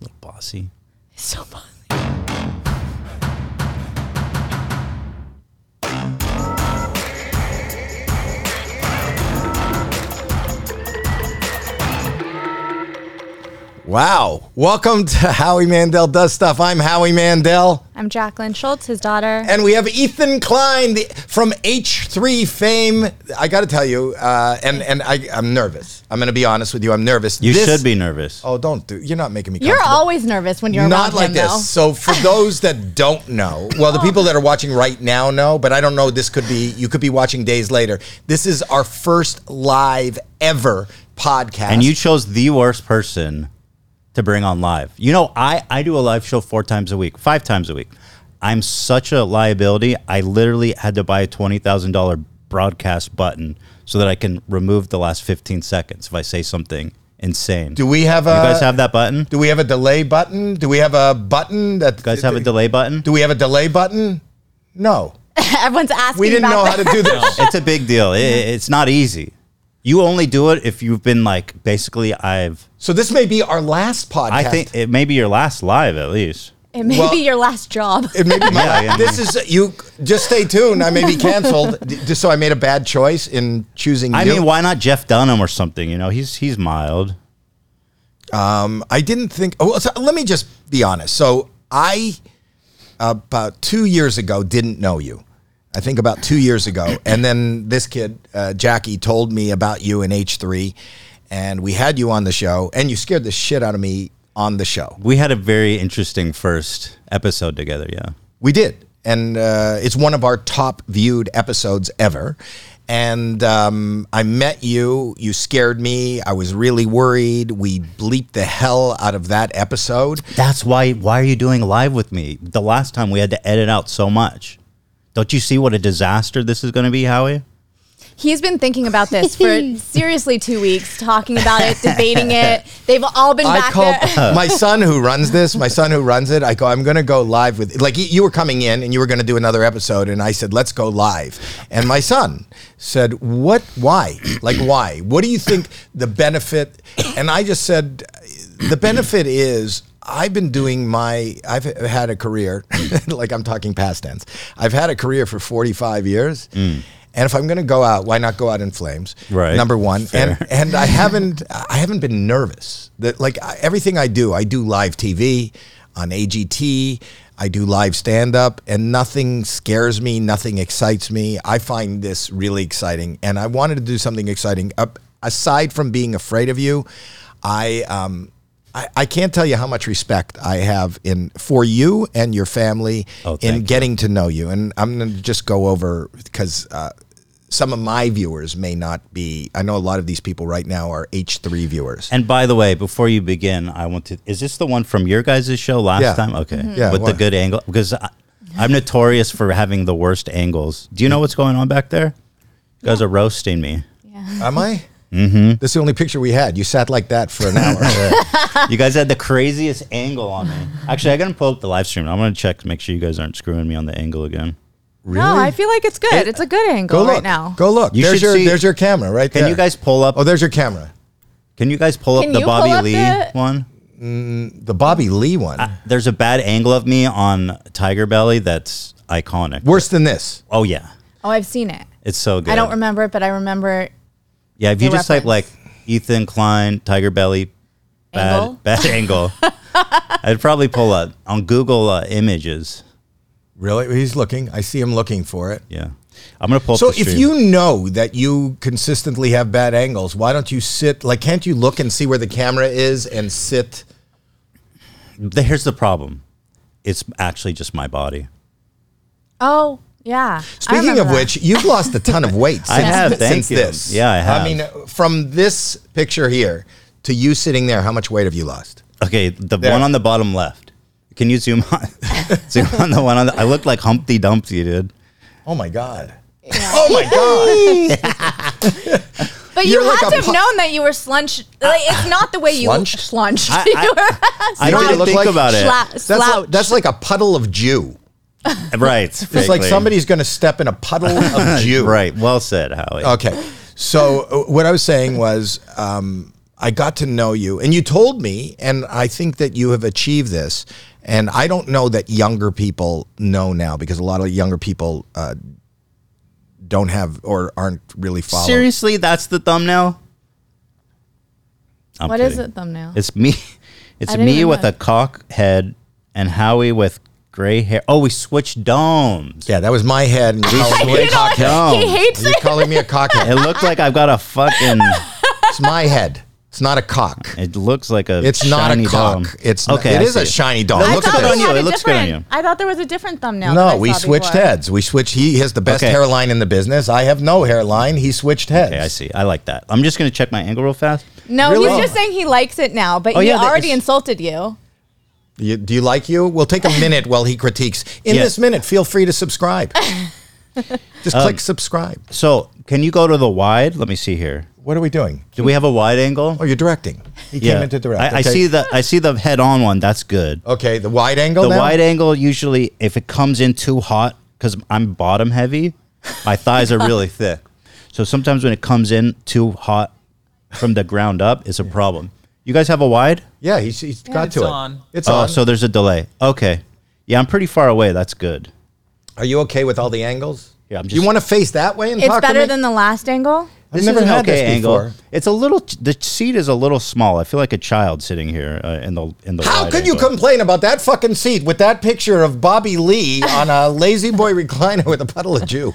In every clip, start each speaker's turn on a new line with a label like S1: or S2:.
S1: little bossy.
S2: It's so fun.
S1: Wow. Welcome to Howie Mandel Does Stuff. I'm Howie Mandel.
S2: I'm Jacqueline Schultz, his daughter.
S1: And we have Ethan Klein the, from H3 fame. I got to tell you, uh, and, and I, I'm nervous. I'm going to be honest with you. I'm nervous.
S3: You
S1: This-
S3: should be nervous.
S1: Oh, don't do. You're not making me
S2: You're
S1: comfortable.
S2: always nervous when you're
S1: not
S2: around
S1: like
S2: him,
S1: this. So for those that don't know, well, the people that are watching right now know, but I don't know. This could be you could be watching days later. This is our first live ever podcast,
S3: And you chose the worst person to bring on live. You know, I, I do a live show four times a week, five times a week. I'm such a liability. I literally had to buy a $20,000 broadcast button so that I can remove the last 15 seconds if I say something insane.
S1: do we have a
S3: you guys have that button?
S1: do we have a delay button? Do we have a button that
S3: you guys have a delay button?
S1: Do we have a delay button? No,
S2: though. Everyone's asking
S1: we didn't
S2: about
S1: know how
S2: that.
S1: to do this.
S3: it's a big deal. I- it's not easy. You only do it if you've been like, basically, I've,
S1: So this may be our last podcast.
S3: I think it may be your last live at least.
S2: It may
S1: Well-
S2: be your last job.
S1: It may be my.
S3: Yeah, yeah.
S1: This is you. Just stay tuned. I may be canceled. d- just so I made a bad choice in choosing.
S3: I
S1: you.
S3: mean, why not Jeff Dunham or something? You know, he's he's mild.
S1: I didn't think. Oh, so let me just be honest. So I about two years ago didn't know you. I think about two years ago, and then this kid uh, Jackie told me about you in H three, and we had you on the show, and you scared the shit out of me on the show.
S3: We had a very interesting first episode together. Yeah,
S1: We did, and uh, it's one of our top viewed episodes ever. And um, I met you. You scared me. I was really worried. We bleeped the hell out of that episode.
S3: that's why. Why are you doing live with me? The last time we had to edit out so much. Don't you see what a disaster this is going to be, Howie?
S2: He's been thinking about this for seriously two weeks, talking about it, debating it. They've all been
S1: I
S2: back
S1: called
S2: there.
S1: my son who runs this, my son who runs it. I go, I'm going to go live with, like, y- you were coming in and you were going to do another episode. And I said, let's go live. And my son said, What? Why? Like, why? What do you think the benefit? And I just said, The benefit is I've been doing my, I've had a career, like, I'm talking past tense. I've had a career for 45 years. And if I'm going to go out, why not go out in flames?
S3: Right.
S1: Number one,
S3: Fair.
S1: and and I haven't I haven't been nervous. That like I, everything I do, I do live TV on AGT. I do live stand up and nothing scares me, nothing excites me. I find this really exciting and I wanted to do something exciting. Up aside from being afraid of you, I um I, I can't tell you how much respect I have in for you and your family
S3: Oh, thank
S1: in
S3: you.
S1: getting to know you. And I'm going to just go over because uh, some of my viewers may not be. I know a lot of these people right now are H3 viewers.
S3: And by the way, before you begin, I want to. Is this the one from your guys' show last
S1: Yeah.
S3: time? Okay,
S1: Yeah,
S3: with
S1: why?
S3: the good angle because I, I'm notorious for having the worst angles. Do you know what's going on back there? You guys are roasting me.
S1: Am I? Mm-hmm. That's the only picture we had. You sat like that for an hour.
S3: You guys had the craziest angle on me. Actually, I gotta pull up the live stream. I'm gonna check to make sure you guys aren't screwing me on the angle again.
S2: No, I feel like it's good. it's a good angle
S1: Go
S2: right
S1: look.
S2: now.
S1: Go look.
S3: You
S1: there's
S3: should
S1: your
S3: see-
S1: there's your camera right
S3: Can
S1: there.
S3: you guys pull up?
S1: Oh, there's your camera.
S3: Can you guys pull up
S2: Can
S3: the
S2: you pull
S3: Bobby
S2: up
S3: Lee
S2: the-
S3: one?
S1: The Bobby Lee one.
S3: There's a bad angle of me on Tiger Belly that's iconic.
S1: Worse than this.
S3: oh yeah,
S2: Oh, I've seen it.
S3: it's so good.
S2: I don't remember it, but I remember
S3: Yeah, if you
S2: the
S3: just type like
S2: reference.
S3: Ethan Klein Tiger Belly bad
S2: Angle?
S3: bad angle, I'd probably pull up on Google uh, Images.
S1: Really? He's looking. I see him looking for it.
S3: Yeah, I'm gonna pull.
S1: So
S3: up the
S1: if
S3: stream.
S1: you know that you consistently have bad angles, why don't you sit? Like, can't you look and see where the camera is and sit?
S3: The- here's the problem, it's actually just my body.
S2: Oh, yeah. I
S1: Speaking
S2: remember
S1: of
S2: that.
S1: which, you've lost a ton of weight. Since,
S3: I have, thank
S1: since
S3: you.
S1: this.
S3: Yeah, I have.
S1: I mean, from this picture here to you sitting there, how much weight have you lost?
S3: Okay, the
S1: There.
S3: one on the bottom left. Can you zoom on? zoom on the one on the. I look like Humpty Dumpty, dude.
S1: Oh my god. Oh my god.
S2: but you
S1: you're like
S2: had
S1: a
S2: to have
S1: pu-
S2: known that you were slunched. Like, it's not the way you
S1: Slunched?
S2: slunched.
S3: I- I-
S2: you were
S3: I
S1: know what
S3: didn't
S1: I look
S3: think
S1: like?
S3: about it.
S2: sla-
S1: That's like,
S2: slouched.
S1: that's like a puddle of Jew.
S3: Right.
S1: It's like somebody's going to step in a puddle of Jew.
S3: Right. Well said, Howie.
S1: Okay. So uh, what I was saying was, um, I got to know you, and you told me, and I think that you have achieved this. And I don't know that younger people know now because a lot of younger people uh, don't have or aren't really following.
S3: Seriously, that's the thumbnail. I'm
S2: What is
S3: kidding.
S2: it thumbnail?
S3: It's me. It's
S2: I didn't
S3: me
S2: even
S3: with
S2: know.
S3: a cock head and Howie with gray hair. Oh, we switched domes.
S1: Yeah, that was my head. And you're calling, me, a cock-
S2: he
S3: Domes.
S2: hates
S1: you're
S2: it.
S1: calling me a cockhead.
S3: It looked like I've got a fucking.
S1: It's my head. It's not a cock.
S3: It looks like a.
S1: It's not a
S3: shiny
S1: cock.
S3: dome.
S1: It's
S3: okay.
S1: okay. It
S3: I
S1: is
S3: see.
S1: a shiny dog.
S3: I
S1: Look
S3: thought
S1: at
S3: good
S2: we
S1: this.
S3: on you.
S2: had
S3: It
S2: a
S3: looks good on
S2: different- I thought there was a different thumbnail. that I
S1: No, we
S2: saw
S1: switched
S2: before.
S1: heads. We switched. He has the best
S3: Okay.
S1: hairline in the business. I have no hairline. He switched heads.
S3: Okay, I see. I like that. I'm just gonna check my angle real fast.
S2: No,
S1: Really?
S2: he's just saying he likes it now, but
S3: Oh,
S2: he
S3: yeah, that-
S2: already
S3: it's-
S2: insulted you.
S1: You, do you like you? We'll take a minute while he critiques. In
S3: Yeah.
S1: this minute, feel free to subscribe. Just
S3: Um,
S1: click subscribe.
S3: So, can you go to the wide? Let me see here.
S1: What are we doing?
S3: Do we have a wide angle?
S1: Oh, you're directing. He came into direct.
S3: I, I
S1: Okay.
S3: see the I see the head on one. That's good.
S1: Okay, the wide angle.
S3: The
S1: now?
S3: wide angle usually, if it comes in too hot, because I'm bottom heavy, my thighs are really thick. So sometimes when it comes in too hot from the ground up, it's a problem. You guys have a wide?
S1: Yeah, he's, he's got
S4: it's
S1: to
S4: on.
S1: it. It's
S3: Oh,
S1: on.
S3: so there's a delay. Okay. Yeah, I'm pretty far away. That's good.
S1: are you okay with all the angles?
S3: Yeah, I'm
S1: you
S3: just-
S1: want to face that way and
S2: It's
S1: talk to
S2: better
S1: me?
S2: than the last angle.
S1: I've never
S3: is an
S1: had this before.
S3: It's a little. The seat is a little small. I feel like a child sitting here uh, in the in the.
S1: How
S3: wide
S1: could you
S3: angle.
S1: complain about that fucking seat with that picture of Bobby Lee on a lazy boy recliner with a puddle of Jew?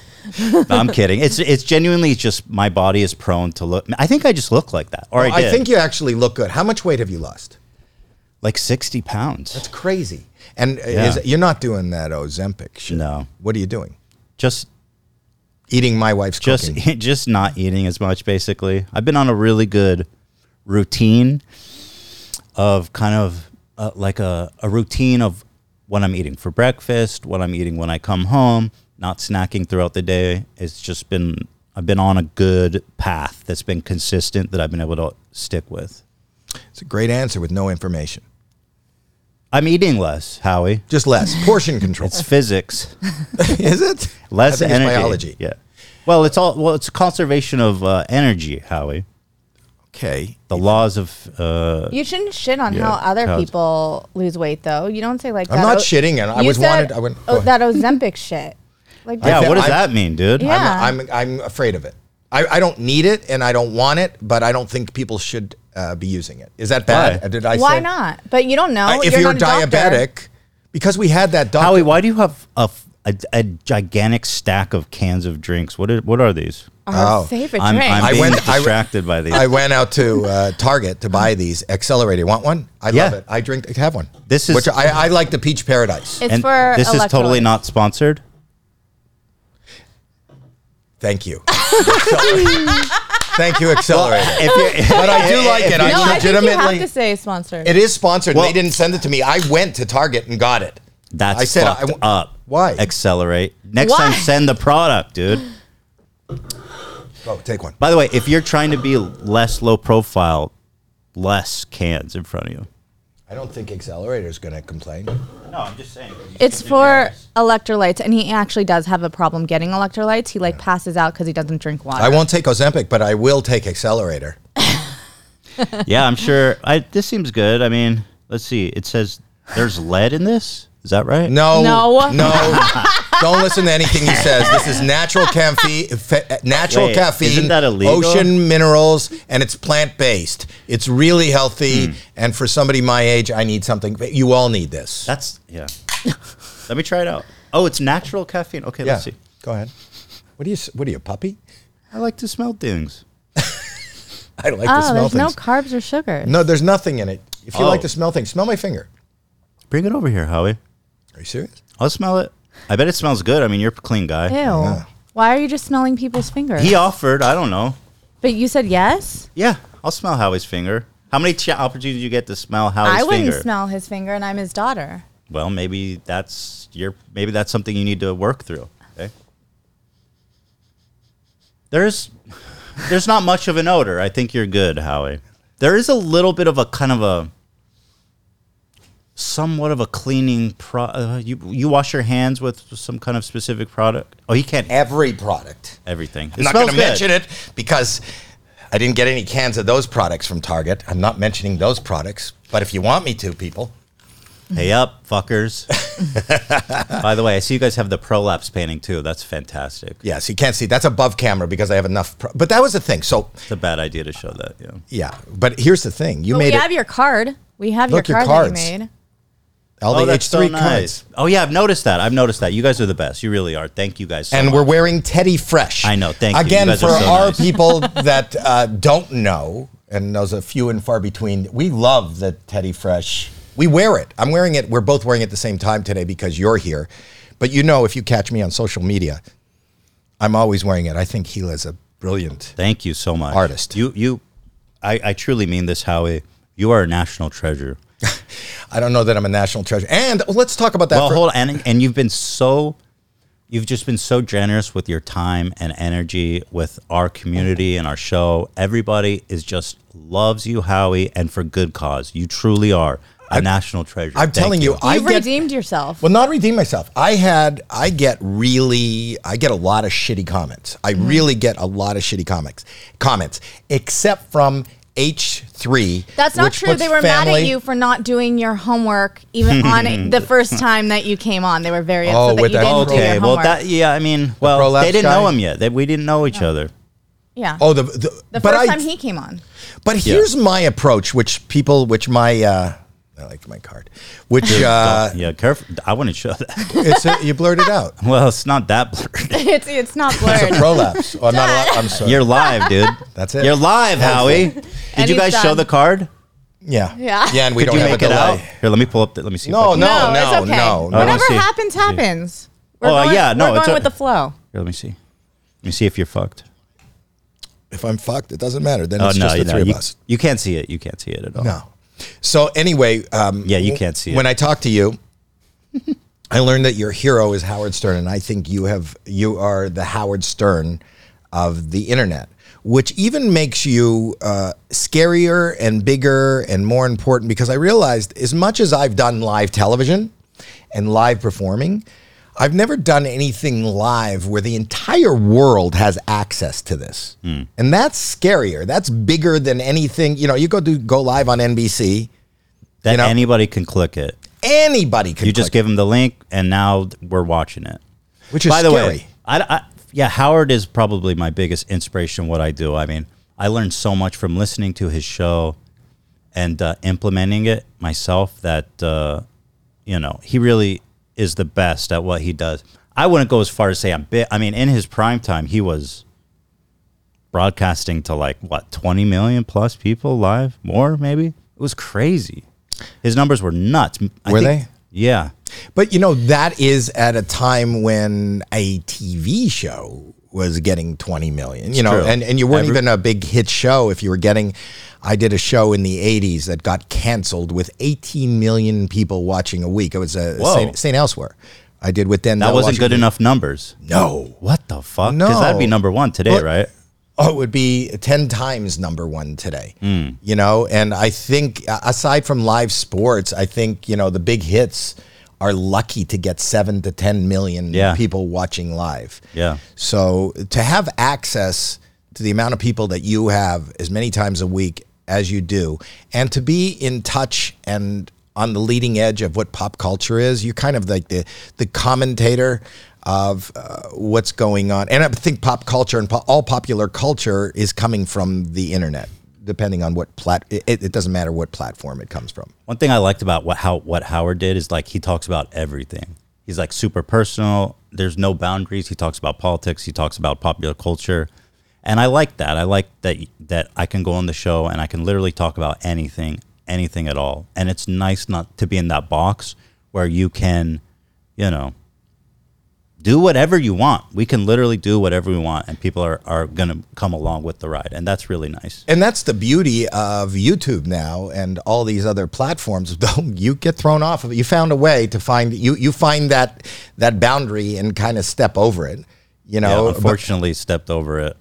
S3: No, I'm kidding. It's it's genuinely just my body is prone to look. I think I just look like that. Or I,
S1: I
S3: did.
S1: think you actually look good. How much weight have you lost?
S3: like 60 pounds.
S1: It's crazy. And
S3: Yeah.
S1: is, you're not doing that Ozempic shit.
S3: No.
S1: What are you doing?
S3: Just
S1: Eating my wife's
S3: just e-
S1: cooking.
S3: just not eating as much. Basically, I've been on a really good routine of kind of uh, like a a routine of what I'm eating for breakfast, what I'm eating when I come home, not snacking throughout the day. It's just been I've been on a good path that's been consistent that I've been able to stick with.
S1: It's a great answer with no information.
S3: I'm eating less, Howie.
S1: Just less portion control.
S3: It's physics.
S1: is it
S3: less
S1: I think
S3: energy.
S1: It's biology.
S3: Yeah. Well, it's all well. It's conservation of uh, energy, Howie.
S1: Okay.
S3: The laws of uh,
S2: You shouldn't shit on
S3: Yeah,
S2: how other
S3: cows.
S2: people lose weight, though. You don't say like
S1: I'm
S2: that.
S1: not shitting, and I
S2: You
S1: was
S2: said,
S1: wanted- I went- go
S2: oh,
S1: ahead.
S2: that Ozempic shit. Like
S3: yeah.
S1: fe-
S3: what does
S1: I'm-
S3: that mean, dude?
S2: Yeah.
S1: I'm, I'm I'm afraid of it. I, I don't need it and I don't want it, but I don't think people should uh, be using it. Is that bad?
S3: Why?
S1: Did I
S2: why
S1: say-
S2: not? But you don't know.
S1: I- if
S2: you're,
S1: you're,
S2: not a doctor.
S1: diabetic, because we had that doctor.
S3: Howie, why do you have a, f- a- a gigantic stack of cans of drinks? What are, what are these?
S2: our
S1: Oh.
S2: favorite
S3: I'm,
S2: drink.
S3: I'm
S1: I
S3: being
S1: went- I-
S3: distracted by these.
S1: I went out to uh, Target to buy these accelerator. Want one? I love
S3: Yeah.
S1: it. I drink. I have one.
S3: This is-
S1: which I, I like the peach paradise.
S2: it's for
S3: this is totally
S2: electrolytes.
S3: not sponsored.
S1: Thank you. Thank you, accelerator.
S3: If you're,
S1: but I do like it.
S2: No,
S1: I
S2: I think you have to
S1: legitimately.
S2: say sponsored.
S1: It is sponsored.
S3: Well-
S1: they didn't send it to me. I went to Target and got it.
S3: that's
S1: I said I
S3: fucked
S1: w-
S3: up.
S1: Why?
S3: accelerate? Next
S2: Why?
S3: time, send the product, dude.
S1: Oh, take one.
S3: By the way, if you're trying to be less low profile, less cans in front of you.
S1: I don't think accelerator is going to complain.
S3: No, I'm just saying.
S2: It's for electrolytes, and he actually does have a problem getting electrolytes. He like passes out because he doesn't drink water.
S1: I won't take Ozempic, but I will take accelerator.
S3: yeah, I'm sure. I this seems good. I mean, let's see. It says there's lead in this. Is that right?
S1: No,
S2: No.
S1: no. Don't listen to anything he says. This is natural caffeine, natural
S3: Wait,
S1: caffeine,
S3: isn't that illegal?
S1: ocean minerals, and it's plant based. It's really
S3: Hmm.
S1: healthy. And for somebody my age, I need something. You all need this.
S3: That's yeah. Let me try it out. Oh, it's natural caffeine. Okay, let's see.
S1: Go ahead. What are you? What are you, a puppy?
S3: I like to smell things.
S1: I like to
S2: oh,
S1: smell
S2: there's no
S1: things.
S2: carbs or sugars.
S1: No, there's nothing in it. If you like
S3: Oh.
S1: to smell things, smell my finger.
S3: Bring it over here, Howie.
S1: Are you serious?
S3: I'll smell it. I bet it smells good. I mean, you're a clean guy.
S2: Ew. Why are you just smelling people's fingers?
S3: He offered. I don't know.
S2: but you said yes.
S3: Yeah, I'll smell Howie's finger. How many ch- opportunities do you get to smell Howie's
S2: I wouldn't
S3: finger?
S2: smell his finger, and I'm his daughter.
S3: well, maybe that's your. Maybe that's something you need to work through. Okay. There's, there's not much of an odor. I think you're good, Howie. There is a little bit of a kind of a, somewhat of a cleaning pro. Uh, you you wash your hands with some kind of specific product. Oh, you can't
S1: Every product.
S3: everything. It
S1: I'm not
S3: smells
S1: going to
S3: good.
S1: mention it because I didn't get any cans of those products from Target. I'm not mentioning those products, but if you want me to, people.
S3: Pay up, fuckers. By the way, I see you guys have the prolapse painting too. That's fantastic.
S1: Yes, you can't see. That's above camera because I have enough. Pro- but that was the thing. So,
S3: It's a bad idea to show that. Yeah.
S1: yeah. But here's the thing. You
S2: But we
S1: made
S2: have
S1: it.
S2: your card. We have
S1: Look, your
S2: your card that
S1: cards.
S2: you made.
S1: All the H3 cards.
S3: Oh yeah, I've noticed that. I've noticed that. You guys are the best. You really are. Thank you guys. So
S1: and
S3: much.
S1: we're wearing Teddy Fresh.
S3: I know, thank you. You
S1: Again,
S3: guys
S1: for
S3: are so
S1: our
S3: nice.
S1: people that uh, don't know, and those are few and far between, we love the Teddy Fresh. We wear it. I'm wearing it. We're both wearing it at the same time today because you're here. But you know, if you catch me on social media, I'm always wearing it. I think Gila's a brilliant.
S3: Thank you so much,
S1: Artist.
S3: You you, I, I truly mean this, Howie. You are a national treasure.
S1: I don't know that I'm a national treasure. And let's talk about that.
S3: Well,
S1: for-
S3: hold on, and, and you've been so, you've just been so generous with your time and energy with our community and our show. Everybody is just loves you, Howie, and for good cause. You truly are a national treasure.
S1: I'm
S3: Thank
S1: telling you, I
S2: You've
S1: get,
S2: redeemed yourself.
S1: Well, not redeem myself. I had, I get really, I get a lot of shitty comments. I
S2: Mm-hmm.
S1: really get a lot of shitty comics comments, except from H3.
S2: That's not
S1: which
S2: true.
S1: puts
S2: They were mad at
S1: family-
S2: you for not doing your homework even on it, the first time that you came on. They were very upset
S1: Oh,
S2: that
S1: with
S2: you
S1: that
S2: didn't do your
S3: Okay, well
S2: homework.
S3: that yeah, I mean, well
S1: prolapse
S3: they didn't know
S1: guy?
S3: him yet. That we didn't know each other.
S2: yeah.
S1: Oh, the, the,
S2: the
S1: but
S2: first
S1: I,
S2: time he came on.
S1: But here's my approach, which people, which my, uh, I like my card, which uh,
S3: yeah, careful. I wouldn't show that.
S1: it's a, you blurted out.
S3: well, it's not that blurred.
S2: it's it's not
S1: It's a
S2: blurred.
S1: prolapse. Oh, I'm not. Allowed, I'm sorry.
S3: You're live, dude.
S1: That's it.
S3: You're live, Howie. Did
S2: And
S3: you
S2: he's
S3: guys show
S2: done.
S3: the card?
S1: yeah.
S2: Yeah.
S1: Yeah, and we
S3: Could
S1: don't
S3: you
S1: have
S3: make
S1: a
S3: it
S1: delay.
S3: out? Here, let me pull up. The, let me see. if I
S1: No,
S3: can-
S1: no.
S2: it's okay.
S1: no, no.
S2: Whatever
S3: I see.
S2: happens, happens. We're
S3: Oh,
S2: going,
S3: yeah, no,
S2: we're
S3: it's
S2: going
S3: a-
S2: with the flow.
S3: Here, let me see. Let me see if you're fucked.
S1: If I'm fucked, it doesn't matter. Then
S3: Oh
S1: it's
S3: no,
S1: just the
S3: no,
S1: three
S3: you,
S1: of us.
S3: you can't see it. You can't see it at all.
S1: No. So anyway, um,
S3: Yeah, you can't see it.
S1: when I talk to you. I learned that your hero is Howard Stern, and I think you have you are the Howard Stern of the internet, which even makes you uh, scarier and bigger and more important. Because I realized as much as I've done live television and live performing, I've never done anything live where the entire world has access to this,
S3: Hmm.
S1: and that's scarier. That's bigger than anything. You know, you go do go live on NBC.
S3: That
S1: You know-
S3: anybody can click it.
S1: Anybody can
S3: You just
S1: click,
S3: give them the link, and now we're watching it.
S1: which is
S3: By the
S1: scary.
S3: way, I, I- yeah, Howard is probably my biggest inspiration in what I do. I mean, I learned so much from listening to his show and uh, implementing it myself that, uh, you know, he really is the best at what he does. I wouldn't go as far as say I'm big. I mean, in his prime time, he was broadcasting to like, what, 20 million plus people live? More, maybe? It was crazy. His numbers were nuts. I
S1: Were
S3: think-
S1: they?
S3: Yeah.
S1: But you know, that is at a time when a TV show was getting 20 million, you know,
S3: true.
S1: and, and you weren't
S3: Every-
S1: even a big hit show if you were getting. I did a show in the 80s that got canceled with 18 million people watching a week. It was a
S3: Whoa.
S1: St. St. Elsewhere. I did with them.
S3: That wasn't good enough numbers.
S1: No.
S3: What the fuck?
S1: No.
S3: Because that'd be number one today,
S1: Well-
S3: right?
S1: Oh, it would be 10 times number one today,
S3: Hmm.
S1: you know? And I think, a- aside from live sports, I think, you know, the big hits are lucky to get seven to 10 million
S3: Yeah.
S1: people watching live.
S3: Yeah.
S1: So to have access to the amount of people that you have as many times a week as you do, and to be in touch and on the leading edge of what pop culture is, you're kind of like the the commentator of uh, what's going on. And I think pop culture and po- all popular culture is coming from the internet, depending on what plat. It, it doesn't matter what platform it comes from.
S3: One thing I liked about what how what Howard did is like he talks about everything. He's like super personal. There's no boundaries. He talks about politics. He talks about popular culture, and I like that. I like that that I can go on the show and I can literally talk about anything, anything at all. And it's nice not to be in that box where you can, you know, do whatever you want. We can literally do whatever we want, and people are are gonna come along with the ride, and that's really nice.
S1: And that's the beauty of YouTube now and all these other platforms. Don't you get thrown off of it? You found a way to find you you find that that boundary and kind of step over it.
S3: Yeah,
S1: You know, But
S3: unfortunately, stepped over it.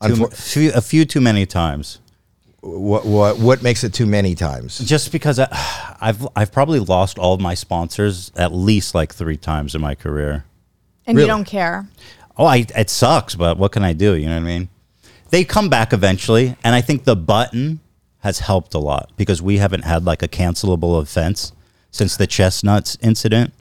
S3: Too
S1: unfor-
S3: m- few- a few too many times.
S1: what, what what makes it too many times?
S3: Just because I, I've I've probably lost all of my sponsors at least like three times in my career.
S2: And
S1: Really?
S2: you don't care.
S3: Oh, I it sucks, but what can I do? You know what I mean? they come back eventually, and I think the button has helped a lot because we haven't had like a cancelable offense since the chestnuts incident,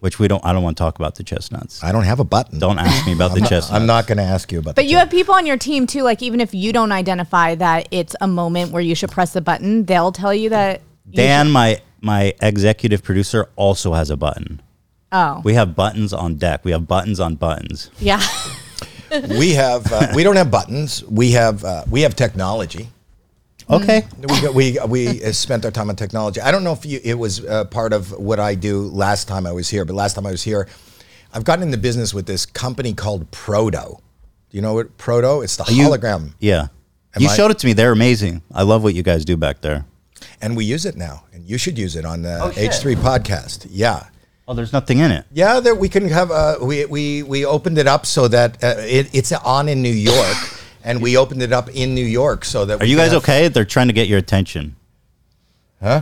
S3: which we don't. I don't want to talk about the chestnuts.
S1: I don't have a button.
S3: Don't ask me about the chestnuts.
S1: I'm not going to ask you about.
S2: But
S1: the
S2: you
S1: chest-
S2: have people on your team too. Like even if you don't identify that it's a moment where you should press the button, they'll tell you that. you
S3: Dan, my my executive producer, also has a button.
S2: should- oh,
S3: We have buttons on deck. We have buttons on buttons.
S2: yeah.
S1: we have. Uh, we don't have buttons. We have. Uh, we have technology.
S2: Hmm.
S3: Okay.
S1: we got, we we uh, spent our time on technology. I don't know if you, it was uh, part of what I do last time I was here, but last time I was here, I've gotten into business with this company called Proto. Do you know what Proto? It's the hologram,
S3: Yeah.
S1: Am
S3: you
S1: I-
S3: showed it to me. They're amazing. I love what you guys do back there.
S1: and we use it now, and you should use it on the
S3: Oh, shit.
S1: H3 podcast. Yeah.
S3: Oh, there's nothing in it.
S1: Yeah, that we can have. Uh, we we we opened it up so that uh, it, it's on in New York, and we opened it up in New York so that.
S3: Are you guys okay? They're trying to get your attention.
S1: Huh?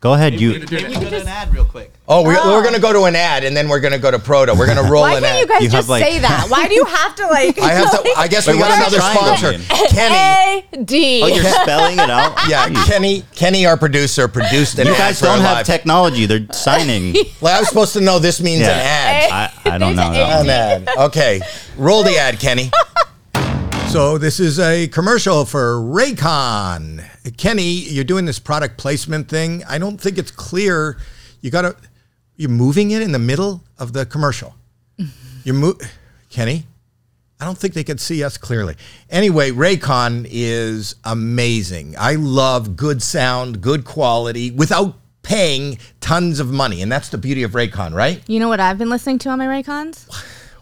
S3: Go ahead.
S4: Maybe
S3: You
S4: we could do an ad real quick.
S1: Oh, we're, we're going to go to an ad, and then we're going to go to Proto. We're going to roll
S2: Why
S1: an
S2: can't
S1: ad.
S2: you guys
S3: You have,
S2: just
S3: like-
S2: say that? Why do you have to like?
S1: I have to. I guess we
S3: Wait,
S1: got
S3: what's
S1: another
S3: the triangle
S1: sponsor,
S3: mean?
S1: Kenny.
S2: A D.
S3: Oh, you're spelling it out.
S1: Yeah, Kenny. Kenny, our producer, produced an
S3: You
S1: ad
S3: guys
S1: for our
S3: don't have
S1: live.
S3: technology. They're signing.
S1: Like, I was supposed to know this means
S3: Yeah.
S1: an ad.
S3: I, I don't know.
S2: There's
S3: That
S1: An
S3: one.
S1: ad. Okay, roll the ad, Kenny. So this is a commercial for Raycon. Kenny, you're doing this product placement thing. I don't think it's clear. You got to. You're moving it in the middle of the commercial. You move, Kenny. I don't think they could see us clearly. Anyway, Raycon is amazing. I love good sound, good quality without paying tons of money, and that's the beauty of Raycon, right?
S2: You know what I've been listening to on my Raycons?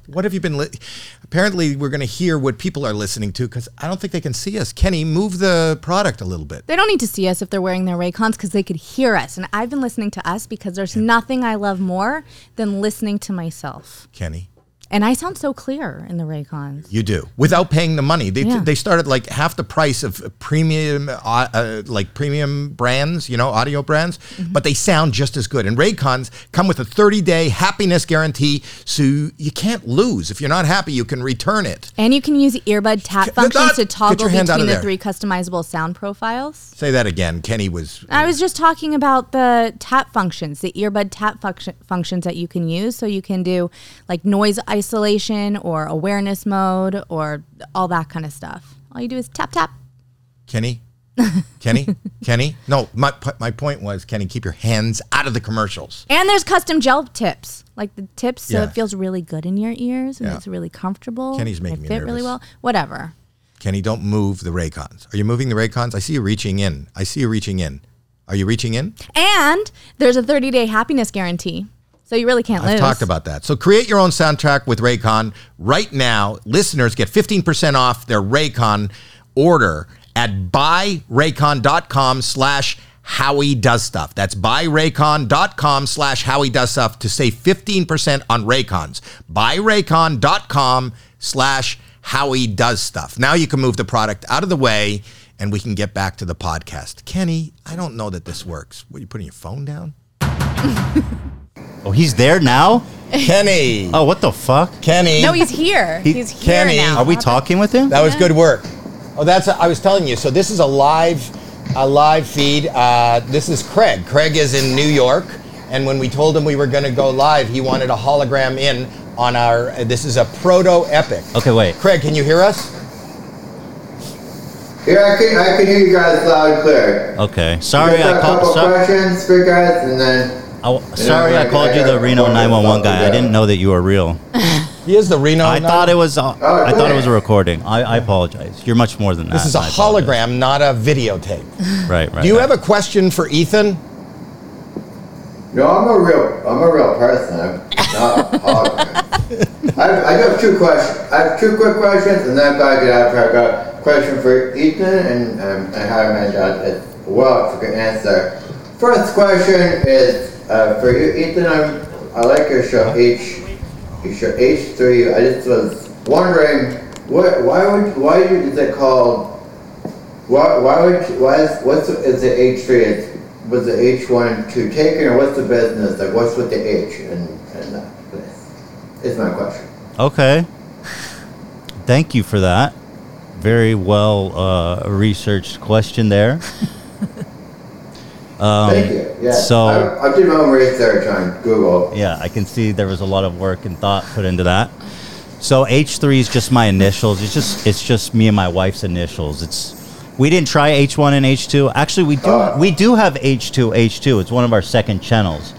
S1: What have you been? Li- Apparently, we're going to hear what people are listening to because I don't think they can see us. Kenny, move the product a little bit.
S2: They don't need to see us if they're wearing their Raycons because they could hear us. And I've been listening to us because there's nothing I love more than listening to myself.
S1: Kenny,
S2: And I sound so clear in the Raycons.
S1: you do without paying the money. They
S2: Yeah.
S1: they start at like half the price of premium, uh, uh, like premium brands, you know, audio brands, but they sound just as good. And Raycons come with a thirty day happiness guarantee, so you can't lose. If you're not happy, you can return it.
S2: And you can use earbud tap
S1: that-
S2: functions to
S1: get
S2: toggle
S1: your hand out
S2: between
S1: of
S2: the
S1: there.
S2: three customizable sound profiles.
S1: Say that again. Kenny was
S2: I was just talking about the tap functions, the earbud tap function, functions that you can use. So you can do like noise isolation or awareness mode or all that kind of stuff. All you do is tap, tap.
S1: Kenny, Kenny, Kenny. No, my my point was, Kenny, keep your hands out of the commercials.
S2: And there's custom gel tips, like the tips, so
S1: Yeah.
S2: it feels really good in your ears and
S1: Yeah.
S2: it's really comfortable.
S1: Kenny's
S2: and they
S1: making me
S2: fit really
S1: nervous.
S2: well. Whatever.
S1: Kenny, don't move the Raycons. Are you moving the Raycons? I see you reaching in. I see you reaching in. Are you reaching in?
S2: And there's a 30 day happiness guarantee, so you really can't
S1: I've
S2: lose.
S1: talked about that. So create your own soundtrack with Raycon right now. Listeners get 15% off their Raycon order at buyraycon.com slash Howie Does Stuff. That's buyraycon.com slash Howie Does Stuff to save 15% on Raycons. Buyraycon.com slash Howie Does Stuff. Now you can move the product out of the way and we can get back to the podcast. Kenny, I don't know that this works. What, you putting your phone down?
S3: Oh, he's there now.
S1: Kenny!
S3: Oh, what the fuck?
S1: Kenny!
S2: No, he's here.
S3: He-
S2: he's here
S1: Kenny,
S2: now.
S3: Are we talking with him?
S1: That was good work. Oh, that's I was telling you. So this is a live, a live feed. Uh, this is Craig. Craig is in New York, and when we told him we were going to go live, he wanted a hologram in on our. this is a proto epic.
S3: Okay, wait.
S1: Craig, can you hear us?
S5: Yeah, I can, I can hear you guys loud and clear.
S3: Okay.
S5: I
S3: Sorry,
S5: got
S3: I
S5: a
S3: called.
S5: couple
S3: So,
S5: questions for you guys, and then
S3: I- sorry, I called you the Reno 911 guy. I didn't know that you were real.
S1: He is the Reno.
S3: I thought it was. Uh,
S5: Oh,
S3: I thought it was a
S5: okay.
S3: recording. I, I apologize. You're much more than that.
S1: This is a
S3: I apologize.
S1: hologram, not a videotape.
S3: Right, right.
S1: Do you
S3: right.
S1: have a question for Ethan?
S5: no, I'm a real, I'm a real person. I'm not a hologram. I, I do have two questions. I have two quick questions, and then I've got to get out of here. I've got a question for Ethan and um, and how I managed out as well. If you can answer. First question is uh, for you, Ethan. I'm, I like your show H, your show H three. I just was wondering what, why would, why is it called? Why, why would, why is, what's, the- is the H three, is, was the H one two taken, or what's the business, like, what's with the H and, and that, place? is my question.
S3: Okay. Thank you for that. Very well uh, researched question there.
S5: Thank you. Yeah.
S3: Um, so-
S5: I, I did my own research on Google.
S3: Yeah, I can see there was a lot of work and thought put into that. So H three is just my initials. It's just it's just me and my wife's initials. It's we didn't try H one and H two. Actually, we do
S5: Oh.
S3: we do have H two H two. It's one of our second channels.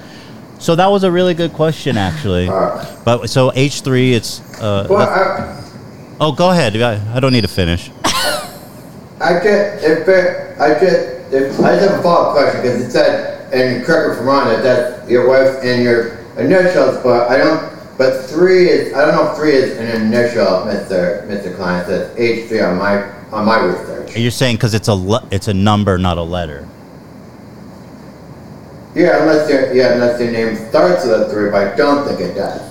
S3: So that was a really good question, actually.
S5: Uh,
S3: But so H three, it's uh,
S5: well,
S3: that's-
S5: I,
S3: oh, go ahead. I, I don't need to finish.
S5: I just, if it, I just, if, I just have a follow-up question because it said, and correct me if I'm wrong, that that's your wife and your initials, but I don't, but three is, I don't know if three is an initial, Mr. Mr. Klein. It says H three on my on my research.
S3: You're saying because it's a le- it's a number, not a letter.
S5: Yeah, unless your yeah, unless your name starts with a three, but I don't think it does.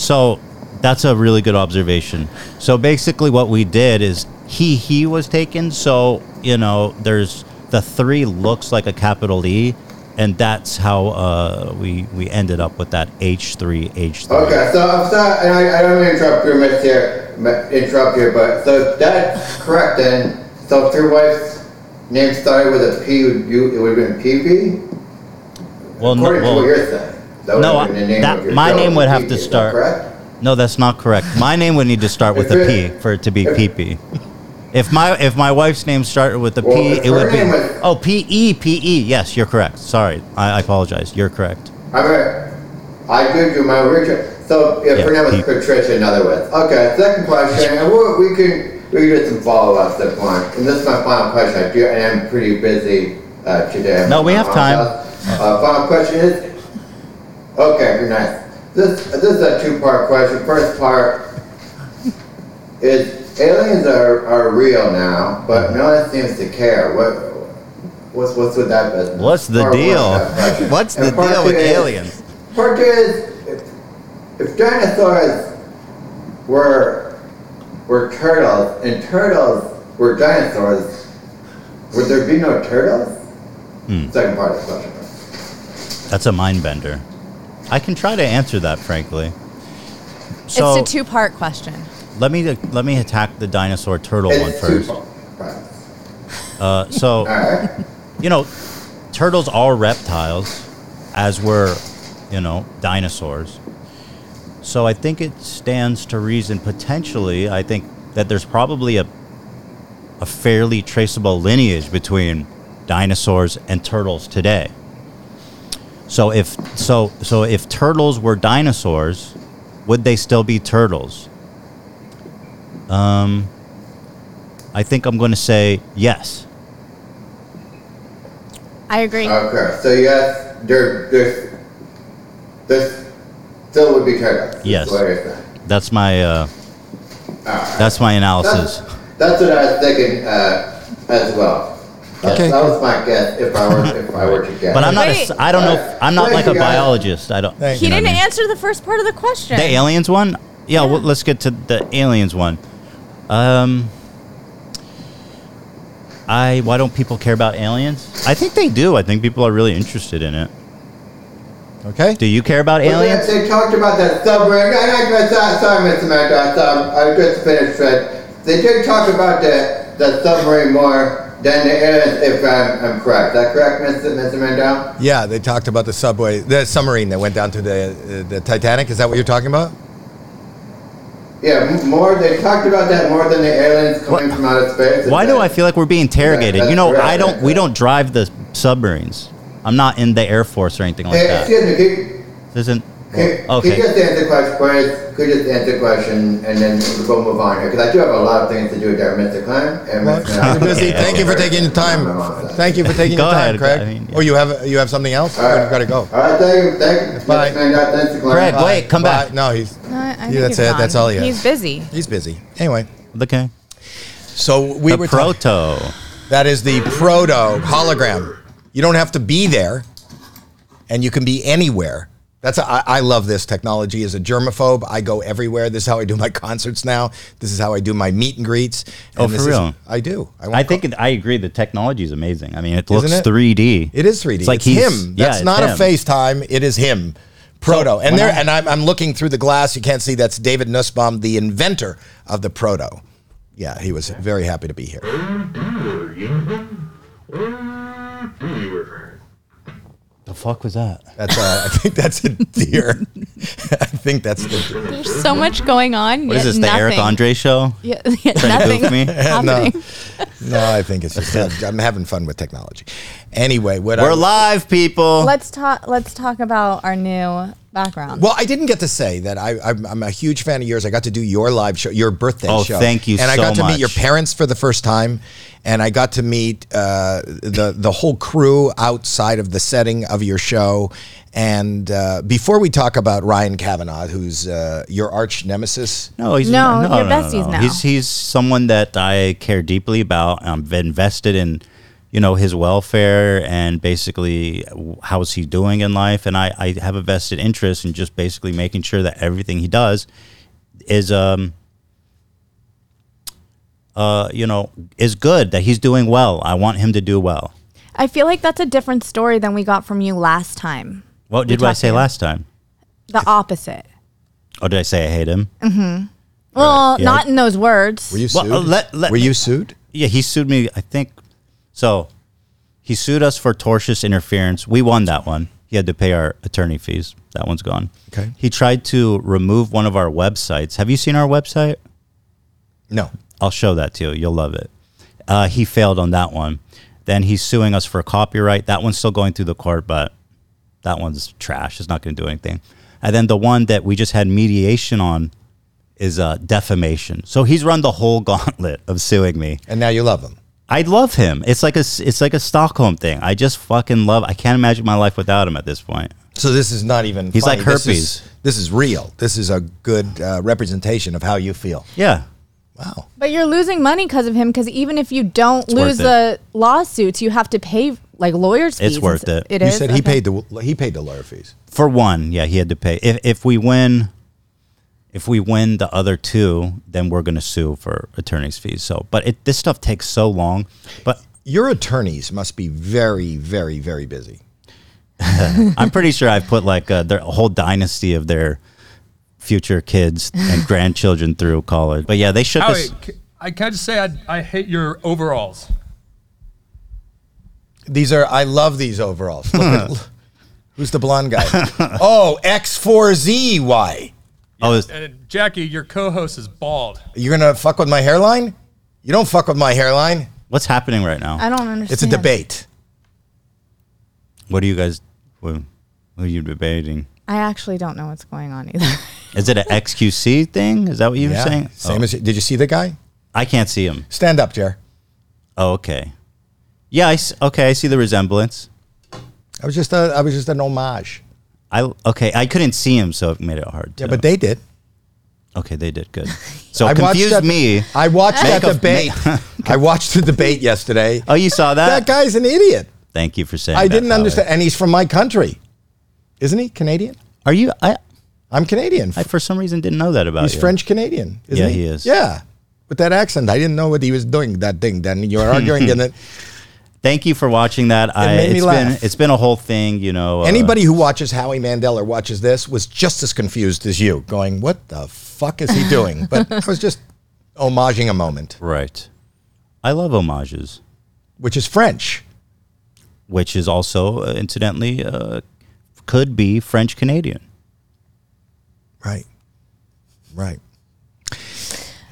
S3: So that's a really good observation. So basically, what we did is he he was taken. So you know, there's the three looks like a capital E, and that's how uh, we we ended up with that H three H three.
S5: Okay, so I'm sorry, and I, I don't mean to interrupt you, Mr. Interrupt you, but so that's correct then. So if your wife's name started with a P, would you it would have been PB?
S3: Well, no,
S5: According to
S3: well,
S5: what you're saying. That
S3: no,
S5: would've been the name
S3: that-
S5: of your
S3: my
S5: show,
S3: name would have to
S5: PP, is that
S3: start-
S5: Correct?
S3: no, that's not correct. My name would need to start with a P for it to be PP. If my if my wife's name started with a P,
S5: Well, if
S3: it would
S5: her
S3: be
S5: name was-
S3: oh P E P E. Yes, you're correct. Sorry, I, I apologize. You're correct.
S5: I mean, I did do my research. So yeah,
S3: Yeah,
S5: her name was
S3: he-
S5: Patricia. In other words, okay. Second question, and we'll, we can we can do some follow ups at point. And this is my final question. I do, and I'm pretty busy uh, today.
S3: No, we have time.
S5: Uh, final question is Okay, good night. This, this is a two-part question. First part is aliens are, are real now, but no one seems to care. What what's what's with that business?
S3: What's the
S5: Part one of
S3: deal?
S5: that question.
S3: What's
S5: And
S3: the
S5: part
S3: deal
S5: two
S3: with
S5: is-
S3: aliens?
S5: Part two is if, if dinosaurs were were turtles and turtles were dinosaurs, would there be no turtles?
S3: Hmm.
S5: Second part of the question.
S3: That's a mind bender. I can try to answer that, frankly. So
S2: it's a two part question.
S3: let me let me attack the dinosaur turtle one
S5: It's two
S3: first.
S5: parts.
S3: Uh, so
S5: All right.
S3: you know, turtles are reptiles, as were you know dinosaurs. So I think it stands to reason potentially. I think that there's probably a a fairly traceable lineage between dinosaurs and turtles today. So if so so if turtles were dinosaurs, would they still be turtles? Um I think I'm going to say yes.
S2: I agree.
S3: Uh,
S5: Okay, so yes, there, there's, this still would be turtles. is
S3: Yes.
S5: What you're saying.
S3: That's my uh,
S5: Alright.
S3: that's my analysis.
S5: That's, that's what I was thinking, uh, as well.
S1: Okay.
S5: That that was my guess, if I were, if I were to guess.
S3: But I'm not a s-
S2: Wait.
S3: I don't know if- I'm not
S5: Wait,
S3: like a
S5: you guys-
S3: biologist. I don't
S1: Thank
S2: he
S1: you
S3: know what
S2: didn't
S3: I mean?
S2: answer the first part of the question.
S3: The aliens one? Yeah, Well, let's get to the aliens one. Um, I why don't people care about aliens? I think they do. I think people are really interested in it.
S1: Okay.
S3: Do you care about
S5: But they-
S3: aliens?
S5: They, talked about that submarine, I, I, I, sorry- sorry, Mr. Mac, I, thought- I just finished, but they did talk about the, the submarine more than the aliens, if I'm, I'm correct. Is that correct, Mr. Mr. Mandel?
S1: Yeah, they talked about the subway, the submarine that went down to the uh, the Titanic. Is that what you're talking about?
S5: Yeah, m- more, they talked about that more than the aliens coming
S3: What-
S5: from outer space.
S3: Why do I
S5: That-
S3: feel like we're being interrogated? You know,
S5: Right,
S3: I
S5: right,
S3: don't.
S5: right,
S3: We
S5: right.
S3: don't drive the submarines. I'm not in the air force or anything like
S5: Hey,
S3: that.
S5: excuse me, could,
S3: This isn't.
S5: could, could you
S3: Okay.
S5: just answer the question, please? Could you just answer the question and then we'll move on here? Because I do have a lot of things to do there, Mr. Klein. And
S1: Well,
S5: Mr. Allen.
S1: you're busy.
S3: Okay,
S1: Thank you for taking the
S5: I'm
S1: time.
S5: on that.
S1: Thank you for taking
S3: Go
S1: the time,
S3: ahead,
S1: Craig.
S3: I mean, yeah.
S1: Oh, you have you have something else?
S5: All right.
S1: We've got to go.
S5: All right, thank you, thank you.
S1: Bye.
S5: Mr. Mandel, Thanks, Klein.
S3: Greg, wait, come
S1: Bye.
S3: back.
S1: No, he's
S2: No, I- I think
S1: that's
S2: you're
S1: it.
S2: gone.
S1: That's all he has.
S2: He's busy.
S1: he's busy. Anyway,
S3: Okay.
S1: so we
S3: the
S1: were talking-
S3: proto.
S1: That is the proto hologram. You don't have to be there, and you can be anywhere. That's I, I love this technology. As a germaphobe, I go everywhere. This is how I do my concerts now. This is how I do my meet and greets. And
S3: Oh, for
S1: this is-
S3: real?
S1: I do.
S3: I
S1: won't
S3: think it, I agree. The technology is amazing. I mean, it
S1: Isn't
S3: looks
S1: it?
S3: 3D.
S1: It is 3D. It's,
S3: like
S1: like
S3: he's-
S1: him.
S3: yeah,
S1: That's
S3: it's
S1: not
S3: him.
S1: a FaceTime. It is him. Proto. and
S3: when
S1: there,
S3: I-
S1: and I'm, I'm looking through the glass. You can't see that's David Nussbaum, the inventor of the proto. Yeah, he was very happy to be here.
S3: The fuck was that?
S1: That's uh, I think that's a deer. I think that's the deer.
S2: There's so much going on.
S3: What is this? The Eric Andre show?
S2: Yeah, yeah,
S3: Trying to
S2: nothing.
S3: goof me?
S2: Happening.
S1: No, I think it's just I'm having fun with technology. Anyway, what
S3: We're
S1: I,
S3: live, people.
S2: Let's talk. Let's talk about our new background.
S1: Well, I didn't get to say that I, I'm, I'm a huge fan of yours. I got to do your live show, your birthday
S3: Oh,
S1: show.
S3: thank you
S1: And I
S3: so
S1: got to meet your
S3: much.
S1: parents for the first time, and I got to meet uh, the the whole crew outside of the setting of your show. And uh, before we talk about Ryan Kavanaugh, who's uh, your arch nemesis,
S3: No, he's
S2: No, you're besties now.
S3: He's he's someone that I care deeply about. I'm invested in, you know, his welfare and basically w- how's he doing in life, and I, I have a vested interest in just basically making sure that everything he does is um uh you know is good that he's doing well. I want him to do well.
S2: I feel like that's a different story than we got from you last time.
S3: What
S2: We
S3: did I
S2: talked
S3: say
S2: to him.
S3: last time?
S2: The opposite.
S3: Oh, did I say I hate him?
S2: Well,
S3: yeah.
S2: not in those words.
S1: were you
S3: Well,
S1: sued?
S3: uh, let- let-
S1: were you sued?
S3: Yeah, he sued me. I think so. He sued us for tortious interference. We won that one. He had to pay our attorney fees. That one's gone.
S1: Okay.
S3: He tried to remove one of our websites. Have you seen our website?
S1: No.
S3: I'll show that to you. You'll love it. Uh, he failed on that one. Then he's suing us for copyright. That one's still going through the court, but that one's trash. It's not going to do anything. And then the one that we just had mediation on is uh, defamation. So he's run the whole gauntlet of suing me.
S1: And now you love him.
S3: I love him. It's like a it's like a Stockholm thing. I just fucking love. I can't imagine my life without him at this point.
S1: So this is not even.
S3: He's
S1: funny.
S3: like
S1: This is-
S3: herpes.
S1: This is, real. This is a good uh, representation of how you feel.
S3: Yeah,
S1: Wow.
S2: But you're losing money because of him. Because even if you don't lose
S3: worth it.
S2: the lawsuits, you have to pay like lawyers.
S3: It's
S2: fees.
S3: worth it.
S2: It
S1: you
S2: is?
S1: said he
S2: Okay.
S1: paid the he paid the lawyer fees.
S3: for one, yeah, he had to pay. If if we win, if we win the other two, then we're gonna sue for attorney's fees. So, but it this stuff takes so long. But
S1: Your attorneys must be very, very, very busy.
S3: I'm pretty sure I've put like uh their whole dynasty of their future kids and grandchildren through college. But yeah, they shook
S4: Howie,
S3: us.
S4: c- I can I just say I, I hate your overalls.
S1: These are I love these overalls. Look at- l- who's the blonde guy? oh, X4ZY.
S3: Oh, it's-
S4: And Jackie, your co-host is bald.
S1: You're gonna fuck with my hairline? You don't fuck with my hairline.
S3: what's happening right now?
S2: I don't understand.
S1: It's a debate.
S3: What do you guys? What, what are you debating?
S2: I actually don't know what's going on either.
S3: Is it an XQC thing? Is that what you
S1: Yeah,
S3: were saying?
S1: Same
S3: Oh,
S1: as did you see the guy?
S3: I can't see him.
S1: Stand up, Jer.
S3: Oh, okay. Yeah, I s okay, I see the resemblance.
S1: I was just a, I was just an homage.
S3: I okay, I couldn't see him, so it made it hard.
S1: Yeah,
S3: to-
S1: but they did.
S3: okay, they did good. So
S1: I watched
S3: confused
S1: that-
S3: me.
S1: I watched that
S3: Make a-
S1: debate. I watched the debate yesterday.
S3: oh, you saw that?
S1: That guy's an idiot.
S3: Thank you for saying.
S1: I
S3: that,
S1: didn't
S3: Howie.
S1: understand, and he's from my country, isn't he? Canadian?
S3: Are you? I,
S1: I'm Canadian.
S3: I for some reason didn't know that about
S1: He's
S3: you.
S1: French Canadian. Isn't
S3: Yeah,
S1: he?
S3: he is.
S1: Yeah, with that accent, I didn't know what he was doing. That thing. Then you were arguing, and then
S3: Thank you for watching that. I,
S1: made me
S3: it's
S1: laugh.
S3: been it's been a whole thing, you know. uh,
S1: anybody who watches Howie Mandel or watches this was just as confused as you, going, "What the fuck is he doing?" But I was just homaging a moment,
S3: right? I love homages.
S1: which is French.
S3: which is also, uh, incidentally, uh, could be French Canadian.
S1: Right. Right.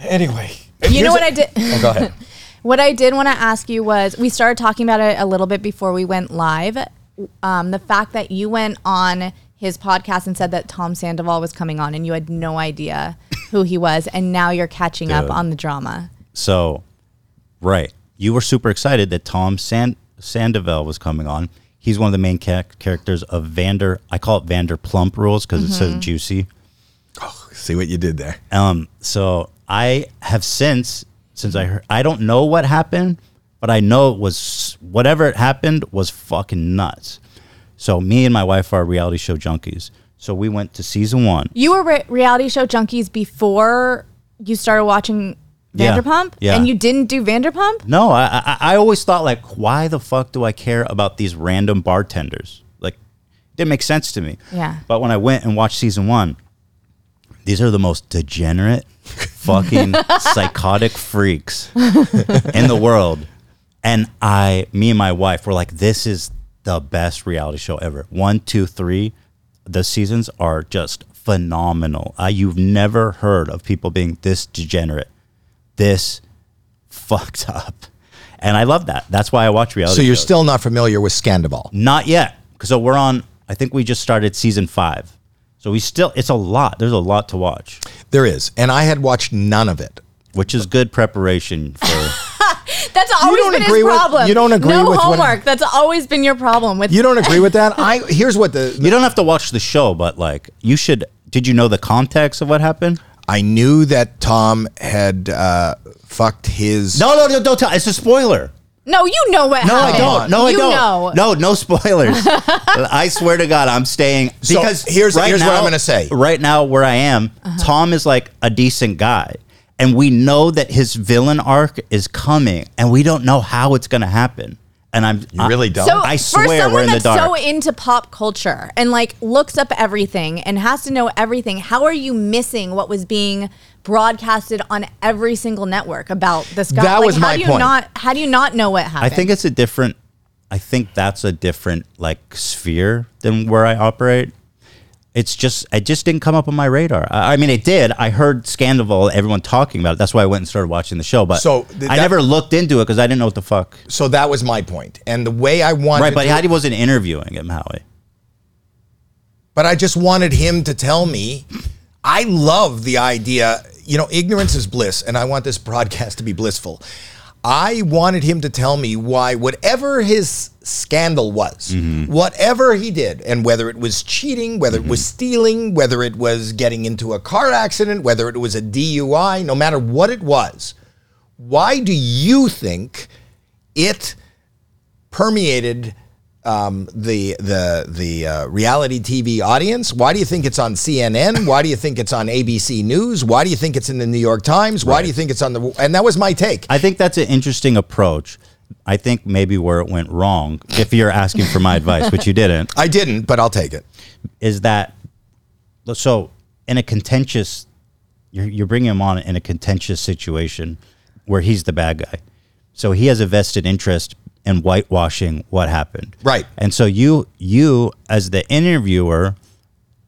S1: Anyway,
S2: you know what I did?
S1: Oh, go ahead.
S2: What I did want to ask you was we started talking about it a little bit before we went live. Um, the fact that you went on his podcast and said that Tom Sandoval was coming on and you had no idea who he was, and now you're catching up
S3: Dude.
S2: on the drama.
S3: So, right, you were super excited that Tom San- Sandoval was coming on. He's one of the main ca- characters of Vander. I call it Vander Plump rules because it's so juicy.
S1: See what you did there.
S3: Um, so I have since since I heard I don't know what happened, but I know it was whatever it happened was fucking nuts. So me and my wife are reality show junkies. So we went to season one.
S2: You were re- reality show junkies before you started watching
S3: Yeah.
S2: Vanderpump,
S3: Yeah.
S2: and you didn't do Vanderpump.
S3: No, I, I I always thought like, why the fuck do I care about these random bartenders? Like, didn't make sense to me.
S2: Yeah.
S3: But when I went and watched season one, these are the most degenerate, fucking psychotic freaks in the world. And I, me and my wife were like, this is the best reality show ever. One, two, three, the seasons are just phenomenal. I, you've never heard of people being this degenerate, this fucked up. And I love that. That's why I watch reality
S1: So you're
S3: shows.
S1: still not familiar with Scandal.
S3: Not yet. 'Cause So we're on, I think we just started season five. So we still, it's a lot. There's a lot to watch,
S1: There is, and I had watched none of it.
S3: which is good preparation for.
S2: That's always
S1: don't
S2: been his
S1: agree with-
S2: problem.
S1: you don't agree
S2: no
S1: with what-
S2: homework. That's always been your problem with
S1: You don't agree with that? I here's what the
S3: you don't have to watch the show, but like you should. Did you know the context of what happened?
S1: I knew that Tom had uh, fucked his.
S3: No, no, no, don't tell. It's a spoiler.
S2: No, you know what
S3: No, I don't.
S2: happened.
S3: No,
S2: you
S3: I don't.
S2: Know.
S3: No, no spoilers. I swear to God, I'm staying
S1: So,
S3: because
S1: here's- here's what I'm gonna say.
S3: Right now, where I am,
S2: Uh-huh.
S3: Tom is like a decent guy, and we know that his villain arc is coming, and we don't know how it's gonna happen. And I'm
S1: You really don't?
S2: So
S3: I
S2: for
S3: swear
S2: someone
S3: we're in the
S2: that's
S3: dark.
S2: so into pop culture and like looks up everything and has to know everything, how are you missing what was being broadcasted on every single network about this guy?
S1: That
S2: like,
S1: was
S2: how
S1: my
S2: do you
S1: point.
S2: Not, how do you not know what
S3: I
S2: happened?
S3: think it's a different. I think that's a different like sphere than where I operate. It's just it just didn't come up on my radar. I, I mean, it did. I heard Scandival, everyone talking about it. That's why I went and started watching the show. But
S1: So th-
S3: I
S1: that-
S3: never looked into it because I didn't know what the fuck.
S1: So that was my point, and the way I wanted.
S3: Right, but
S1: to-
S3: Hattie wasn't interviewing him, Howie.
S1: but I just wanted him to tell me. I love the idea. You know, ignorance is bliss, and I want this broadcast to be blissful. I wanted him to tell me why, whatever his scandal was, whatever he did, and whether it was cheating, whether it was stealing, whether it was getting into a car accident, whether it was a DUI, no matter what it was, why do you think it permeated um, the the the uh, reality TV audience? Why do you think it's on CNN? Why do you think it's on ABC News? Why do you think it's in the New York Times? Why do you think it's on the? And that was my take.
S3: I think that's an interesting approach. I think maybe where it went wrong, if you're asking for my advice, which you didn't,
S1: I didn't, but I'll take it.
S3: is that so in a contentious you're, you're bringing him on in a contentious situation where he's the bad guy so he has a vested interest in whitewashing what happened
S1: Right.
S3: and so you you as the interviewer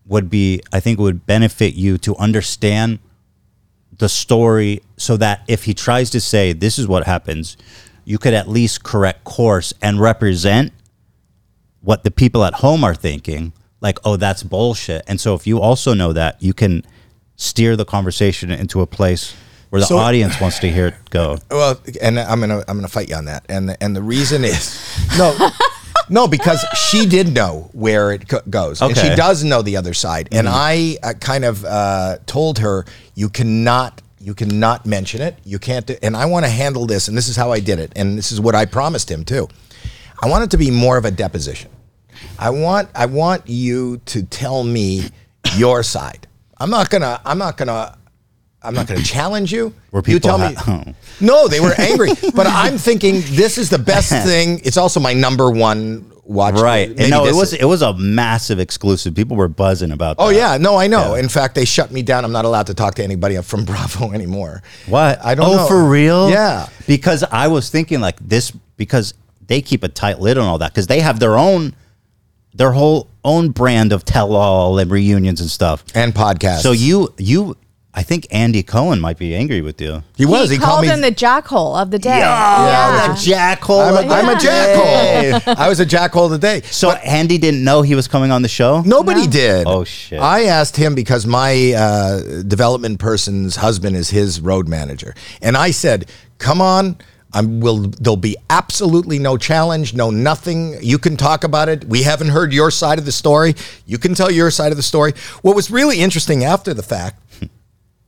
S3: would be i think would benefit you to understand the story so that if he tries to say this is what happens you could at least correct course and represent what the people at home are thinking like oh that's bullshit and so if you also know that you can steer the conversation into a place where the
S1: So-
S3: audience wants to hear it go
S1: Well, and I'm gonna I'm gonna fight you on that, and the, and the reason is no. No, because she did know where it go- goes, and she
S3: Okay. Mm-hmm.
S1: does know the other side. And I uh, kind of uh, told her, "You cannot, you cannot mention it. You can't." Do, and I want to handle this, and this is how I did it, and this is what I promised him too. I want it to be more of a deposition. I want, I want you to tell me your side. I'm not gonna, I'm not gonna, I'm not gonna challenge you.
S3: Were
S1: you
S3: people
S1: tell
S3: ha- oh.
S1: me. No, they were angry. but I'm thinking this is the best thing. It's also my number one watch.
S3: right
S1: Maybe
S3: and no it
S1: this
S3: was
S1: is-
S3: it was a massive exclusive people were buzzing about
S1: Oh
S3: that.
S1: yeah, no, I know.
S3: Yeah.
S1: In fact, they shut me down. I'm not allowed to talk to anybody from Bravo anymore.
S3: What?
S1: I don't
S3: oh,
S1: know.
S3: for real?
S1: Yeah.
S3: Because I was thinking like this because they keep a tight lid on all that because they have their own their whole own brand of tell all and reunions and stuff.
S1: And podcasts.
S3: So you you I think Andy Cohen might be angry with you.
S1: he was. He,
S2: called
S1: called, me.
S2: him the jackhole of the day.
S1: Yeah,
S2: Yeah.
S1: with
S3: Jackhole.
S1: I'm a, I'm a jackhole. I was a jackhole today.
S3: So Andy didn't know he was coming on the show?
S1: Nobody
S2: No.
S1: did.
S3: Oh, shit.
S1: I asked him because my uh, development person's husband is his road manager, and I said, "Come on." I will. There'll be absolutely no challenge, no nothing. You can talk about it. We haven't heard your side of the story. You can tell your side of the story. What was really interesting after the fact,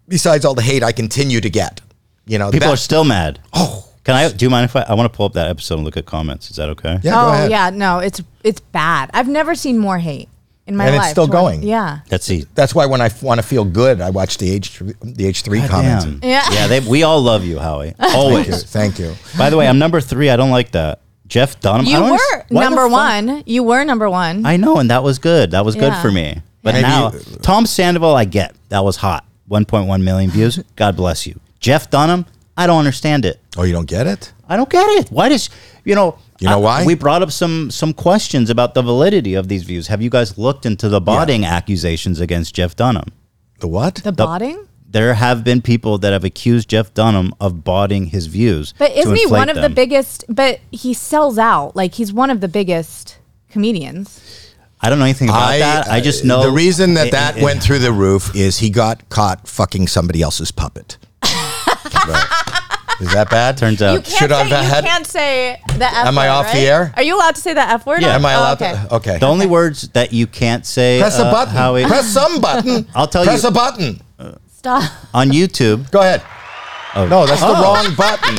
S1: besides all the hate I continue to get, you know,
S3: People
S1: that-
S3: are still mad. Oh. Can I do you mind if I I want to pull up that episode and look at comments. Is that okay?
S1: Yeah, go
S2: Oh
S1: ahead.
S2: yeah, no, it's it's bad. I've never seen more hate in my
S1: And it's
S2: life.
S1: still
S2: toward-
S1: going.
S2: Yeah.
S3: Let's see.
S1: That's why when I want to feel good, I watch the H the H three comments.
S3: Damn.
S2: Yeah.
S3: Yeah, they, we all love you, Howie.
S1: Thank you.
S3: Always.
S1: Thank you.
S3: By the way, I'm number three. I don't like that Jeff Dunham. I
S2: You
S3: don't
S2: were
S3: ex- why the
S2: number
S3: fuck-
S2: one. You were number one.
S3: I know, and that was good. That was good
S2: Yeah.
S3: for me. But
S1: Maybe
S3: now,
S1: you-
S3: Tom Sandoval, I get that was hot. 1.1 million views. God bless you. Jeff Dunham, I don't understand it.
S1: Oh, you don't get it?
S3: I don't get it. Why does you know?
S1: You know
S3: I-
S1: why?
S3: We brought up some some questions about the validity of these views. Have you guys looked into the botting accusations against Jeff Dunham?
S1: The what?
S2: the botting.
S3: There have been people that have accused Jeff Dunham of botting his views.
S2: But
S3: to
S2: isn't he
S3: inflate
S2: one of the
S3: them.
S2: biggest? But he sells out. Like he's one of the biggest comedians.
S3: I don't know anything about that. I just know
S1: the reason that
S3: it-
S1: that
S3: it-
S1: went through the roof is he got caught fucking somebody else's puppet. Right. Is that bad?
S3: turns out.
S1: Should I have had-
S2: say the F
S1: Am I off the air?
S2: Are you allowed to say the F word?
S3: Yeah.
S2: on-
S1: Am I
S2: oh,
S1: allowed?
S2: okay.
S1: To, okay.
S3: The only words that you can't say
S1: press
S3: uh,
S1: a button.
S3: Howie,
S1: press some button.
S3: I'll tell
S1: press
S3: you-
S1: Press a button.
S2: Stop.
S3: on YouTube.
S1: Go ahead.
S3: Oh.
S1: No, that's the wrong button.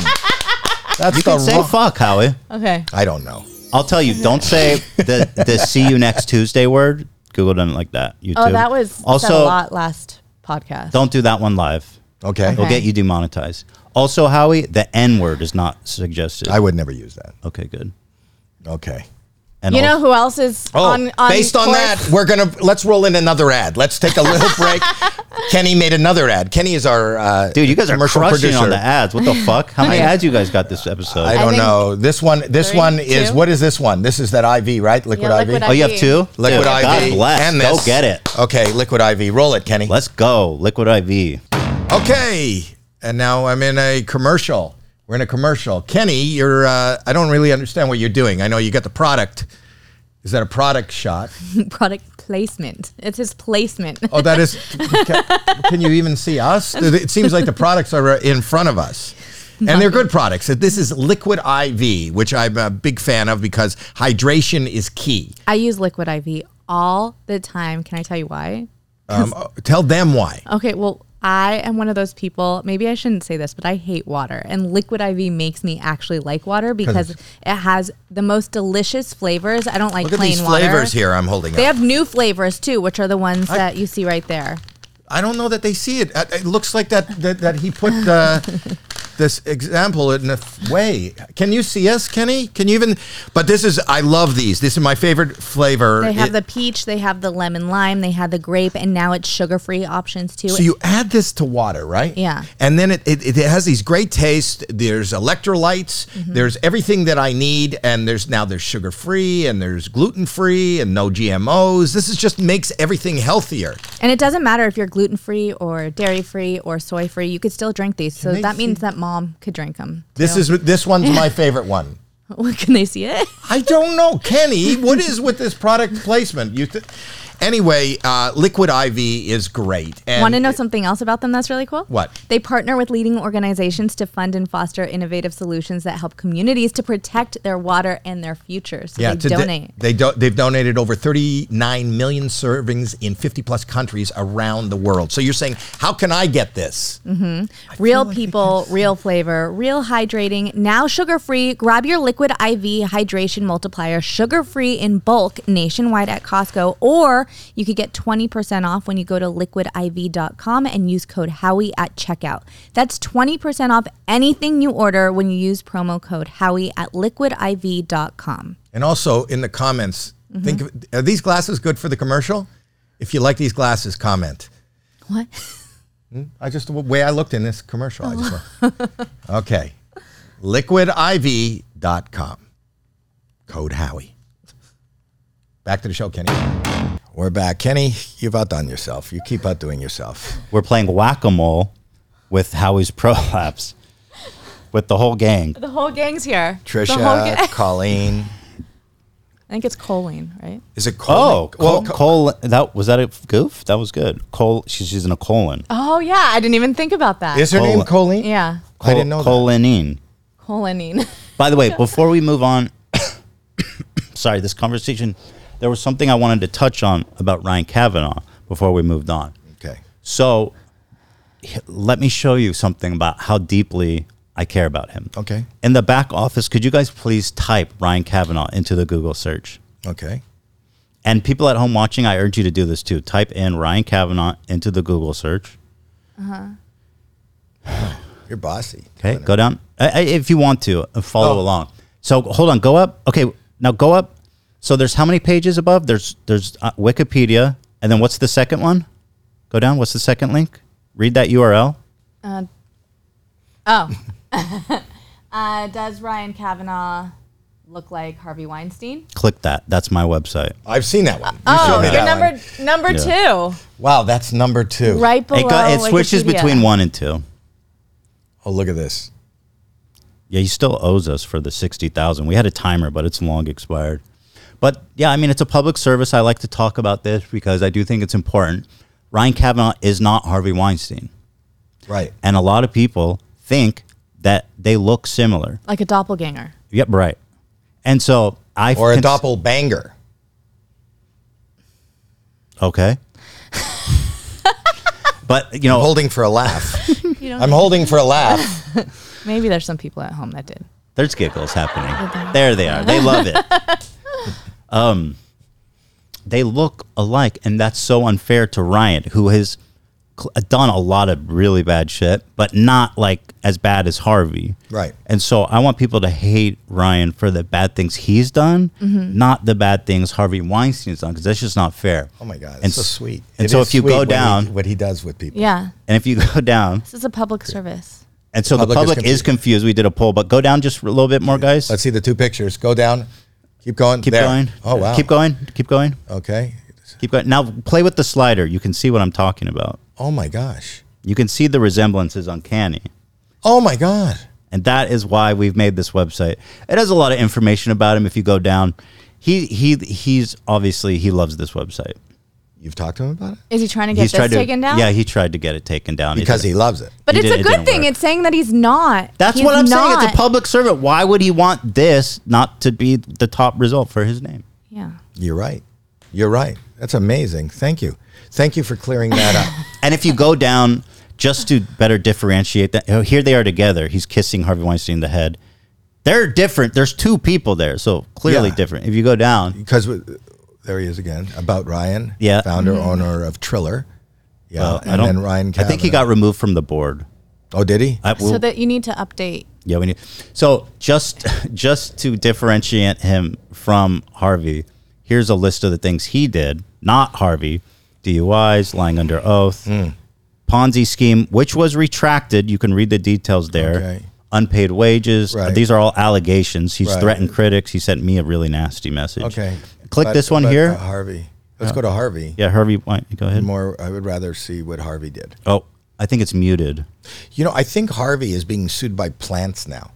S1: That's
S3: You
S1: the
S3: can say
S1: wrong.
S3: fuck, Howie.
S2: Okay.
S1: I don't know.
S3: I'll tell you. Don't say the the see you next Tuesday word. Google doesn't like that. YouTube.
S2: Oh, that was also said a lot last podcast.
S3: Don't do that one live.
S1: Okay.
S3: It'll
S2: Okay.
S3: get you demonetized. Also, Howie, the N word is not suggested.
S1: I would never use that.
S3: okay, good.
S1: Okay.
S3: And
S2: you
S3: al-
S2: know who else is
S1: Oh,
S2: on, on
S1: based on
S2: course?
S1: that, we're gonna let's roll in another ad. Let's take a little break. Kenny made another ad. Kenny is our uh,
S3: dude, you guys are
S1: commercial
S3: crushing
S1: producer.
S3: on the ads. What the fuck? How many ads you guys got this episode?
S1: I don't
S2: think
S1: know. This one, this
S2: three,
S1: one is
S2: two?
S1: what is this one? This is that IV, right? Liquid
S2: Yeah,
S1: IV.
S2: Liquid
S3: oh, you have two.
S1: Liquid
S3: Dude,
S1: IV.
S3: God bless.
S1: And
S3: go
S1: this.
S3: get it.
S1: Okay, Liquid IV. Roll it, Kenny.
S3: Let's go. Liquid IV.
S1: Okay, and now I'm in a commercial. We're in a commercial. Kenny, you're. Uh, I don't really understand what you're doing. I know you got the product. Is that a product shot?
S2: Product placement. It's his placement.
S1: Oh, that is. Can, can you even see us? It seems like the products are in front of us. And they're good products. This is Liquid IV, which I'm a big fan of because hydration is key.
S2: I use liquid IV all the time. Can I tell you why?
S1: Um, tell them why.
S2: Okay, well, I am one of those people. Maybe I shouldn't say this, but I hate water. And liquid IV makes me actually like water because it has the most delicious flavors. I don't like
S1: Look at
S2: plain
S1: these
S2: water.
S1: flavors here I'm holding
S2: They
S1: up.
S2: have new flavors too, which are the ones that you see right there.
S1: I don't know that they see it. Uh, It looks like that that, that he put uh, this example in a f- way. Can you see us, Kenny? Can you even? But this is I love these. This is my favorite flavor.
S2: They have
S1: It-
S2: the peach, they have the lemon lime, they had the grape, and now it's sugar free options too.
S1: So you add this to water, right?
S2: Yeah.
S1: And then it, it, it has these great tastes. There's electrolytes.
S2: Mm-hmm.
S1: There's everything that I need. And there's now there's sugar free and there's gluten free and no GMOs. This is just makes everything healthier.
S2: and it doesn't matter if you're gluten free or dairy free or soy free, you could still drink these. So
S1: Can they
S2: that means
S1: see-
S2: that mom could drink them.
S1: This is this one's my favorite one.
S2: Can they see it?
S1: I don't know, Kenny. What is with this product placement? You th- anyway, uh, Liquid IV is great. And
S2: Want to know something else about them that's really cool?
S1: What?
S2: They partner with leading organizations to fund and foster innovative solutions that help communities to protect their water and their futures. So
S1: Yeah,
S2: they
S1: to do-
S2: donate.
S1: they do, they've donated over 39 million servings in 50 plus countries around the world. So you're saying, how can I get this?
S2: real people, real flavor, real hydrating, now sugar free. Grab your liquid IV hydration multiplier sugar free in bulk nationwide at Costco, or you could get 20% off when you go to liquidiv.com and use code Howie at checkout. That's 20% off anything you order when you use promo code Howie at liquidiv.com.
S1: And also in the comments,
S2: Mm-hmm.
S1: think of, are these glasses good for the commercial? If you like these glasses, comment. Hmm?
S2: What?
S1: I just the way I looked in this commercial. I just
S2: Oh.
S1: went, okay, liquidiv.com. Code Howie. Back to the show, Kenny. We're back, Kenny. You've outdone yourself. You keep outdoing yourself.
S3: We're playing whack a mole with Howie's prolapse with the whole gang.
S2: The whole gang's here.
S1: Trisha, Colleen.
S2: I think it's choline, right?
S1: Is it Cole?
S3: Oh, col- col- that was that a goof? That was good. Col, she's, she's in a colon.
S2: Oh, yeah. I didn't even think about that.
S1: is her name
S3: Col-
S1: Colleen?
S2: yeah.
S1: I didn't know that.
S3: Colonine.
S2: Choline.
S3: By the way, before we move on, sorry, this conversation, there was something I wanted to touch on about Ryan Kavanaugh before we moved on.
S1: Okay.
S3: So h- let me show you something about how deeply I care about him.
S1: Okay.
S3: In the back office, could you guys please type Ryan Kavanaugh into the Google search?
S1: Okay.
S3: And people at home watching, I urge you to do this too. Type in Ryan Kavanaugh into the Google search.
S1: You're bossy.
S3: Okay, go down I, I, if you want to uh, follow
S1: Oh.
S3: along. So hold on, go up. Okay, now go up. So there's how many pages above? There's there's uh, Wikipedia, and then what's the second one? Go down. What's the second link? Read that URL.
S2: Oh. uh, does Ryan Kavanaugh look like Harvey Weinstein?
S3: Click that. That's my website.
S1: I've seen that one. You
S2: Oh,
S1: showed me
S2: you're
S1: that
S2: number
S1: one.
S2: number two,
S1: Wow, that's number two.
S2: right below.
S3: It, go, it switches
S2: Wikipedia.
S3: between one and two.
S1: Oh, look at this.
S3: Yeah, he still owes us for the sixty thousand. We had a timer, but it's long expired. But yeah, I mean, it's a public service. I like to talk about this because I do think it's important. Ryan Kavanaugh is not Harvey Weinstein,
S1: Right.
S3: and a lot of people think that they look similar.
S2: like a doppelganger.
S3: Yep, right. And so I
S1: Or a
S3: cons-
S1: doppelbanger.
S3: Okay. but you know,
S1: I'm holding for a laugh.
S2: You don't
S1: I'm holding for a laugh.
S2: Maybe there's some people at home that did.
S3: There's giggles happening. There they are. They love it. Um, they look alike, and that's so unfair to Ryan, who has cl- uh, done a lot of really bad shit, but not like as bad as Harvey.
S1: Right.
S3: And so I want people to hate Ryan for the bad things he's done, not the bad things Harvey Weinstein's done, because that's just not fair.
S1: Oh my God, it's
S3: And
S1: so
S3: s-
S1: sweet.
S3: And
S1: It
S3: so
S1: is
S3: if you
S1: sweet
S3: go
S1: what he-
S3: down,
S1: what he does with people.
S2: Yeah,
S3: and if you go down,
S2: this is a public service.
S3: and so
S1: Public
S3: the
S1: is
S3: public is
S1: confused.
S3: confused. We did a poll, but go down just a little bit more, guys.
S1: Let's see the two pictures. Go down. Keep going.
S3: keep
S1: There.
S3: going.
S1: Oh wow.
S3: Keep going. Keep going.
S1: Okay.
S3: Keep going. Now play with the slider. You can see what I'm talking about.
S1: Oh my gosh.
S3: You can see the resemblance is uncanny.
S1: Oh my God.
S3: And that is why we've made this website. It has a lot of information about him if you go down. He he he's obviously he loves this website.
S1: You've talked to him about it
S2: Is he trying to get
S3: He's
S2: this
S3: to
S2: taken down?
S3: Yeah, he tried to get it taken down. He
S1: because
S3: didn't.
S1: he loves it.
S2: but
S3: he
S2: it's
S3: did-
S2: a
S3: it
S2: good
S3: didn't
S2: thing.
S3: work.
S2: It's saying that he's not.
S3: That's
S2: He's
S3: what I'm saying.
S2: not.
S3: It's a public servant. Why would he want this not to be the top result for his name?
S2: Yeah.
S1: You're right. You're right. That's amazing. Thank you. Thank you for clearing that up.
S3: And if you go down just to better differentiate that, oh, here they are together. He's kissing Harvey Weinstein in the head. They're different. There's two people there, so clearly
S1: Yeah.
S3: different. If you go down,
S1: because we, there he is again about Ryan,
S3: Yeah.
S1: founder
S2: Mm-hmm.
S1: owner of Triller, yeah,
S3: uh,
S1: and then Ryan.
S3: I think he
S1: Kavanaugh.
S3: got removed from the board.
S1: Oh, did he?
S3: I,
S2: so
S3: well,
S2: that you need to update.
S3: yeah, we need. So just just to differentiate him from Harvey, here's a list of the things he did, not Harvey: DUIs, lying under oath,
S1: Hmm.
S3: Ponzi scheme, which was retracted. You can read the details there.
S1: Okay.
S3: Unpaid wages. Uh,
S1: Right.
S3: These are all allegations. He's
S1: Right.
S3: threatened critics. He sent me a really nasty message.
S1: okay.
S3: Click
S1: But-
S3: this one
S1: but,
S3: here.
S1: uh, Harvey. Let's go to Harvey.
S3: yeah, Harvey, why, go ahead.
S1: More. I would rather see what Harvey did.
S3: Oh, I think it's muted.
S1: You know, I think Harvey is being sued by plants now.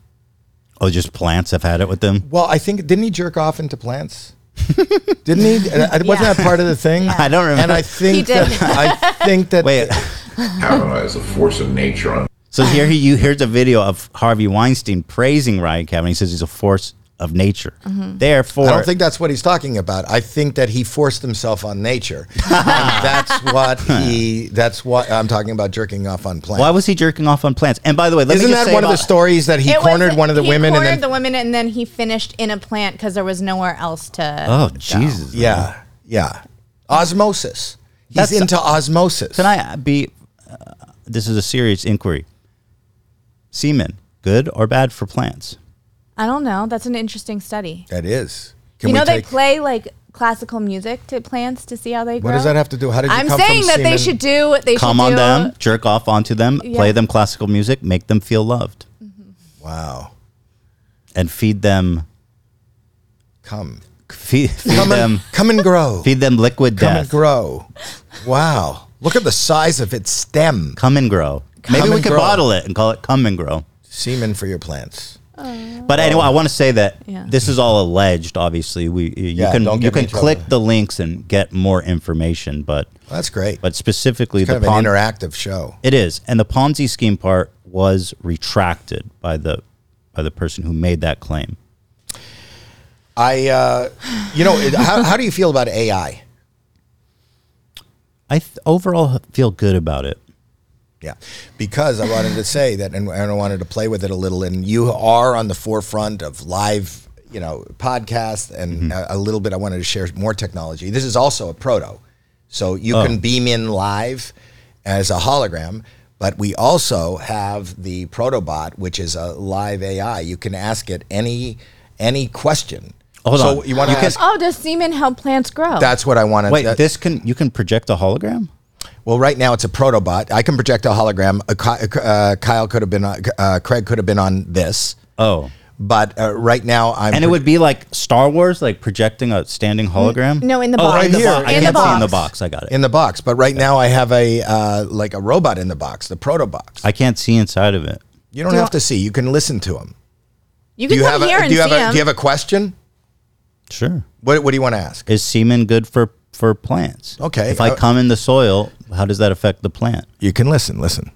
S3: Oh, just plants have had it with them.
S1: Well, I think didn't he jerk off into plants? didn't he? Uh, Wasn't
S2: Yeah.
S1: that part of the thing?
S3: I don't remember.
S1: And I think
S2: He did.
S1: That, I think that
S3: Wait.
S6: Kavanaugh is a force of nature on
S3: So here he, you here's a video of Harvey Weinstein praising Ryan Kavanaugh. He says he's a force of nature.
S2: Mm-hmm.
S3: Therefore,
S1: I don't think that's what he's talking about. I think that he forced himself on nature. And that's what he. That's what I'm talking about. Jerking off on plants.
S3: why was he jerking off on plants? And by the way, let
S1: Isn't
S3: me just
S1: that
S3: say
S1: one of the
S3: about-
S1: stories that he
S2: It was-
S1: cornered one of the
S2: he
S1: women and
S2: cornered
S1: then?
S2: the women, and then he finished in a plant because there was nowhere else to.
S3: Oh
S2: go.
S3: Jesus! man.
S1: yeah, yeah. Osmosis. He's
S3: That's-
S1: into osmosis.
S3: Can I be? Uh, this is a serious inquiry. Semen, good or bad for plants?
S2: I don't know. That's an interesting study.
S1: That is. Can
S2: you
S1: we
S2: know they
S1: take-
S2: play like classical music to plants to see how they grow.
S1: What does that have to do? How did you
S2: I'm
S1: come
S2: saying
S1: from
S2: that they
S1: semen-
S2: should do what they
S3: Come
S2: should
S3: on
S2: do.
S3: them, jerk off onto them, play
S2: Yeah.
S3: them classical music, make them feel loved,
S1: Wow.
S3: and feed them.
S1: Come.
S3: Feed, feed
S1: Come
S3: them.
S1: and, come and grow.
S3: Feed them liquid
S1: come
S3: death.
S1: and grow. Wow. Look at the size of its stem.
S3: Come and grow.
S1: Come
S3: Maybe we
S1: and
S3: could
S1: grow.
S3: bottle it and call it "Come and Grow."
S1: Semen for your plants.
S3: But anyway, I want to say that
S2: Yeah.
S3: this is all alleged. Obviously, we you
S1: Yeah,
S3: can
S1: don't
S3: you
S1: get me
S3: can
S1: in trouble.
S3: click the links and get more information. But
S1: That's great.
S3: but specifically
S1: It's kind
S3: the
S1: of
S3: Pon-
S1: an interactive show.
S3: it is, and the Ponzi scheme part was retracted by the by the person who made that claim.
S1: I, uh, you know, it- how, how do you feel about AI?
S3: I th- overall feel good about it.
S1: Yeah, because I wanted to say that, and, and I wanted to play with it a little. And you are on the forefront of live, you know, podcasts, and
S3: Mm-hmm.
S1: a, a little bit. I wanted to share more technology. This is also a proto, so you
S3: Oh.
S1: can beam in live as a hologram. But we also have the Protobot, which is a live AI. You can ask it any any question.
S3: Hold
S1: so
S3: on.
S1: you want to
S3: You can-
S1: ask?
S2: Oh, does semen help plants grow?
S1: That's what I want to.
S3: Wait, this can you can project a hologram?
S1: Well, right now it's a protobot. I can project a hologram. Uh, Ky- uh, Kyle could have been. On, uh, Craig could have been on this,
S3: Oh,
S1: but uh, right now I'm.
S3: and it would be like Star Wars, like projecting a standing hologram.
S2: no, in the
S1: Oh,
S2: box.
S1: right
S2: in the
S1: here.
S2: box.
S3: I
S1: in
S3: can't
S1: the
S3: see in the box. I got it.
S1: in the box. But right now I have a uh, like a robot in the box, the protobox.
S3: I can't see inside of it.
S1: you don't
S2: Do
S1: have
S2: I-
S1: to see. You can listen to him.
S2: You
S1: Do
S2: can
S1: you have
S2: come
S1: a,
S2: here and
S1: do you
S2: see
S1: have a,
S2: them.
S1: do you have a question?
S3: Sure.
S1: What, what do you want to ask?
S3: Is semen good for for plants?
S1: Okay,
S3: If I
S1: uh,
S3: come in the soil, how does that affect the plant?
S1: You can listen. Listen.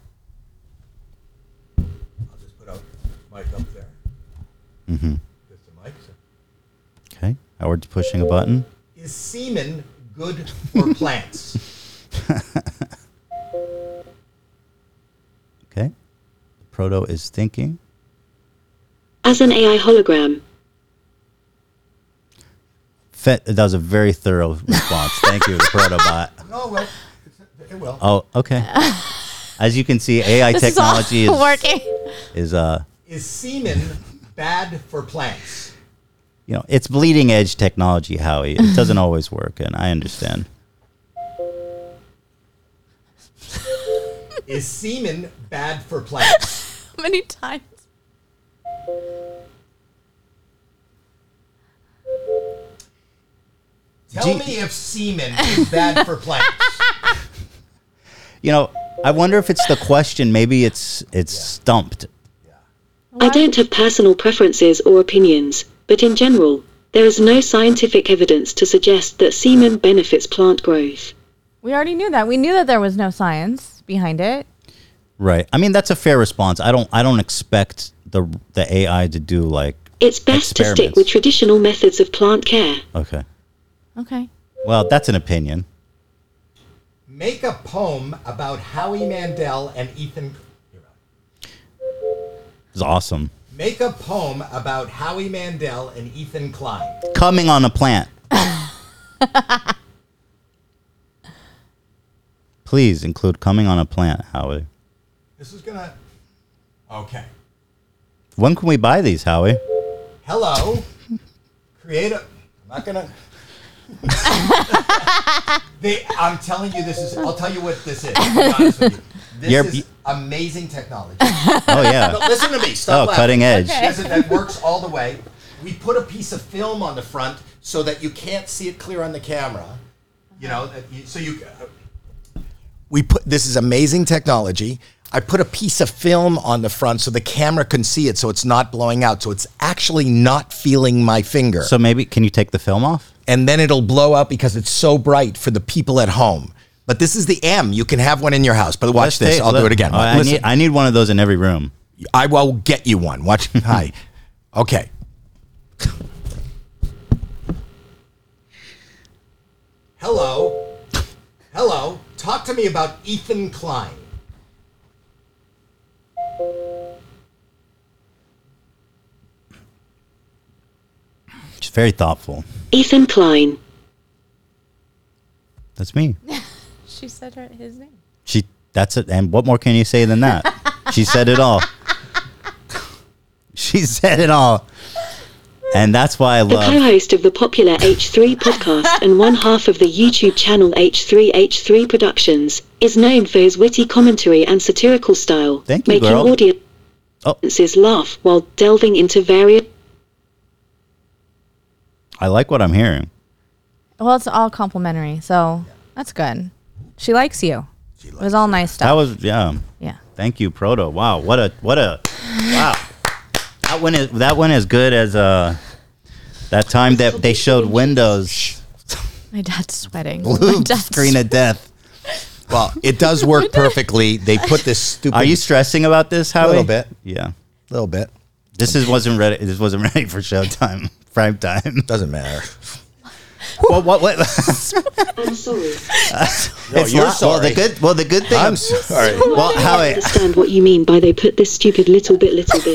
S3: Mm-hmm. Okay. Howard's pushing a button.
S1: Is semen good for plants?
S3: Okay. Proto is thinking.
S7: As an AI hologram,
S3: Fe- that was a very thorough response. Thank you, Protobot.
S1: no, well, it will.
S3: Oh, okay. As you can see, AI
S2: this
S3: technology
S2: is
S3: is
S2: all working.
S3: is uh
S1: Is semen bad for plants?
S3: you know it's bleeding edge technology, Howie. It doesn't always work, and I understand.
S1: Is semen bad for plants?
S2: How many times?
S1: Tell me if semen is bad for plants.
S3: You know, I wonder if it's the question. Maybe it's it's stumped.
S7: I don't have personal preferences or opinions, but in general, there is no scientific evidence to suggest that semen benefits plant growth.
S2: We already knew that. We knew that there was no science behind it.
S3: Right. I mean, that's a fair response. I don't I don't expect the the AI to do like
S7: It's best to stick
S3: Experiments.
S7: with traditional methods of plant care.
S3: okay.
S2: Okay.
S3: Well, that's an opinion.
S1: Make a poem about Howie Mandel and Ethan.
S3: It's awesome.
S1: Make a poem about Howie Mandel and Ethan Klein.
S3: Coming on a plant. Please include coming on a plant, Howie.
S1: This is gonna. Okay.
S3: When can we buy these, Howie?
S1: Hello. Create a. I'm not gonna. they, I'm telling you, this is. I'll tell you what this is. to be honest with you. This
S3: You're-
S1: is amazing technology.
S3: Oh yeah.
S1: But listen to me. Stop
S3: Oh,
S1: laughing.
S3: cutting edge.
S1: Yes, it- that works all the way. We put a piece of film on the front so that you can't see it clear on the camera. You know, that you, so you. we put this is amazing technology. I put a piece of film on the front so the camera can see it, so it's not blowing out, so it's actually not feeling my finger,
S3: So maybe can you take the film off?
S1: and then it'll blow out because it's so bright for the people at home. But this is the M. You can have one in your house. But watch this.
S3: Let's take-
S1: I'll do
S3: let-
S1: it again.
S3: Oh, I,
S1: Listen.
S3: need, I need one of those in every room.
S1: I will get you one. Watch. Hi. Okay. Hello. Hello. Talk to me about Ethan Klein.
S3: She's very thoughtful.
S7: Ethan Klein.
S3: That's me.
S2: She said her, his name.
S3: She. That's it. And what more can you say than that? she said it all. She said it all. And that's why I
S7: A co
S3: love.
S7: host of the popular H3 podcast and one half of the YouTube channel H3H3 Productions, is known for his witty commentary and satirical style,
S3: Thank you,
S7: making
S3: girl.
S7: audiences
S3: Oh.
S7: laugh while delving into various.
S3: I like what I'm hearing.
S2: Well, it's all complimentary, so that's good. She likes you. it was all nice
S3: That
S2: stuff.
S3: was yeah.
S2: yeah.
S3: Thank you, Proto. Wow, what a what a wow. That one is that one as good as uh that time that they showed Windows
S2: My dad's sweating. My
S3: blue
S2: dad's
S3: screen of death.
S1: Well, it does work perfectly. They put this stupid.
S3: Are you stressing about this, Howie?
S1: Little bit.
S3: Yeah.
S1: little bit.
S3: This is wasn't ready. This wasn't ready for showtime, prime time.
S1: Doesn't matter.
S3: what? What? what?
S7: I'm sorry.
S3: It's
S1: you're
S3: not- Well, the
S1: sorry.
S3: good. Well, the good thing.
S1: I'm sorry.
S3: Well,
S7: I
S3: Howie,
S7: understand what you mean by they put this stupid little bit, little bit.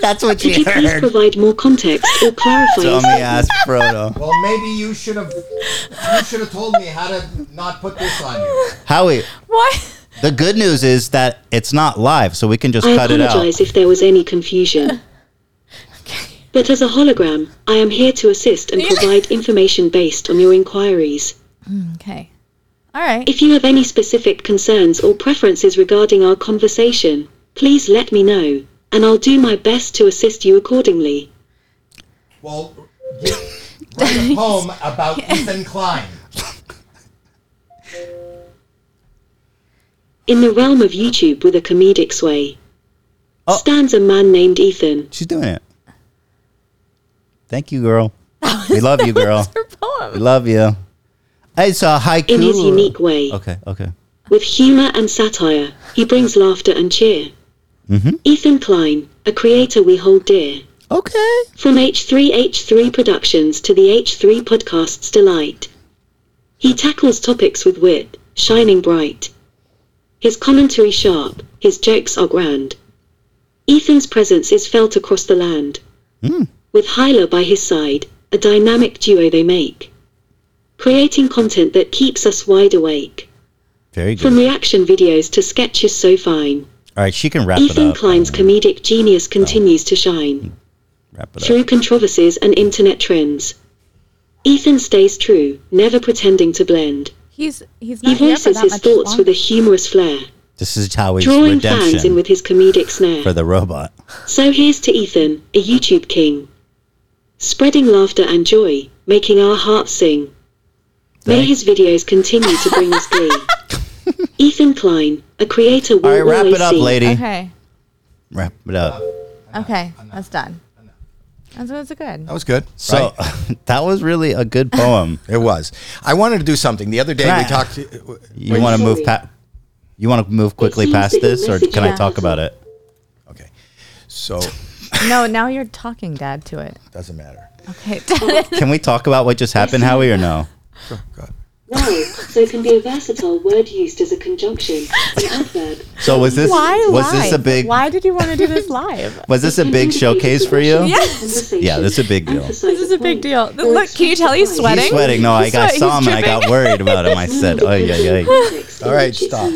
S3: that's what
S7: Could
S3: you
S7: you please
S3: heard. um,
S7: provide more context or clarify?
S3: Dummy ass Proto.
S1: Well, maybe you should have. You should have told me how to not put this on you.
S3: Howie,
S2: What?
S3: the good news is that it's not live, so we can just
S7: I
S3: cut it out.
S7: apologize if there was any confusion. But as a hologram, I am here to assist and provide information based on your inquiries.
S2: Mm, Okay. All right.
S7: If you have any specific concerns or preferences regarding our conversation, please let me know, and I'll do my best to assist you accordingly.
S1: Well, write a poem about Ethan Klein.
S7: In the realm of YouTube with a comedic sway, stands a man named Ethan.
S3: Oh, She's doing it. Thank you, girl. We love you, girl. We love you. It's a haiku.
S7: In his unique way,
S3: Okay, okay.
S7: with humor and satire, he brings laughter and cheer.
S3: Mm-hmm.
S7: Ethan Klein, a creator we hold dear.
S3: Okay.
S7: From H3H3 Productions to the H3 Podcast's delight. He tackles topics with wit, shining bright. His commentary sharp, his jokes are grand. Ethan's presence is felt across the land. With Hyla by his side, a dynamic duo they make. Creating content that keeps us wide awake.
S3: Very good.
S7: From reaction videos to sketches so fine,
S3: All right, she can wrap it
S7: Ethan
S3: up.
S7: Klein's comedic genius continues to shine
S3: Wrap it
S7: through
S3: up.
S7: controversies and internet trends. Ethan stays true, never pretending to blend.
S2: He's he's
S7: He
S2: not here for
S7: voices
S2: that
S7: his
S2: much
S7: thoughts
S2: longer.
S7: with a humorous flair,
S3: This is how he's
S7: drawing fans in
S3: redemption
S7: with his comedic snare.
S3: for the robot.
S7: So here's to Ethan, a YouTube king, spreading laughter and joy, making our hearts sing. May
S3: Thank-
S7: his videos continue to bring us glee. Ethan Klein, a creator
S3: All
S7: we'll
S3: right, wrap
S7: always
S3: it up,
S7: see.
S3: lady.
S2: Okay.
S3: Wrap it up.
S2: Okay. That's done. That's that's good.
S1: That was good.
S3: So that was really a good poem.
S1: It was. I wanted to do something. The other day we
S3: Right.
S1: talked.
S3: You want to move pa- You want to move quickly
S7: seems
S3: past
S7: that your
S3: this, or
S7: message
S3: can I
S7: was-
S3: talk about it?
S1: Okay. So
S2: No, now you're talking, Dad, to it.
S1: doesn't matter.
S2: Okay.
S3: Can we talk about what just happened, Howie, or no?
S1: Go ahead.
S7: No, so can be a versatile word used as a conjunction, an adverb,
S3: So was this
S2: Why
S3: was
S2: live?
S3: this a big
S2: Why did you want to do this live?
S3: was this a
S7: Can
S3: big
S7: indicate
S3: showcase for you?
S7: progression of
S2: Yes.
S7: conversation,
S3: Yeah, this is a big deal.
S7: emphasize
S2: This is a big
S7: point,
S2: deil.
S7: or
S2: Look, can you tell he's
S7: express a
S2: sweating?
S3: He's sweating. No, I
S2: He's
S3: got
S2: sweat-
S3: saw him
S2: he's
S3: and I got worried about him. I said, "Oh yeah, yeah."
S7: point.
S1: All right, stop.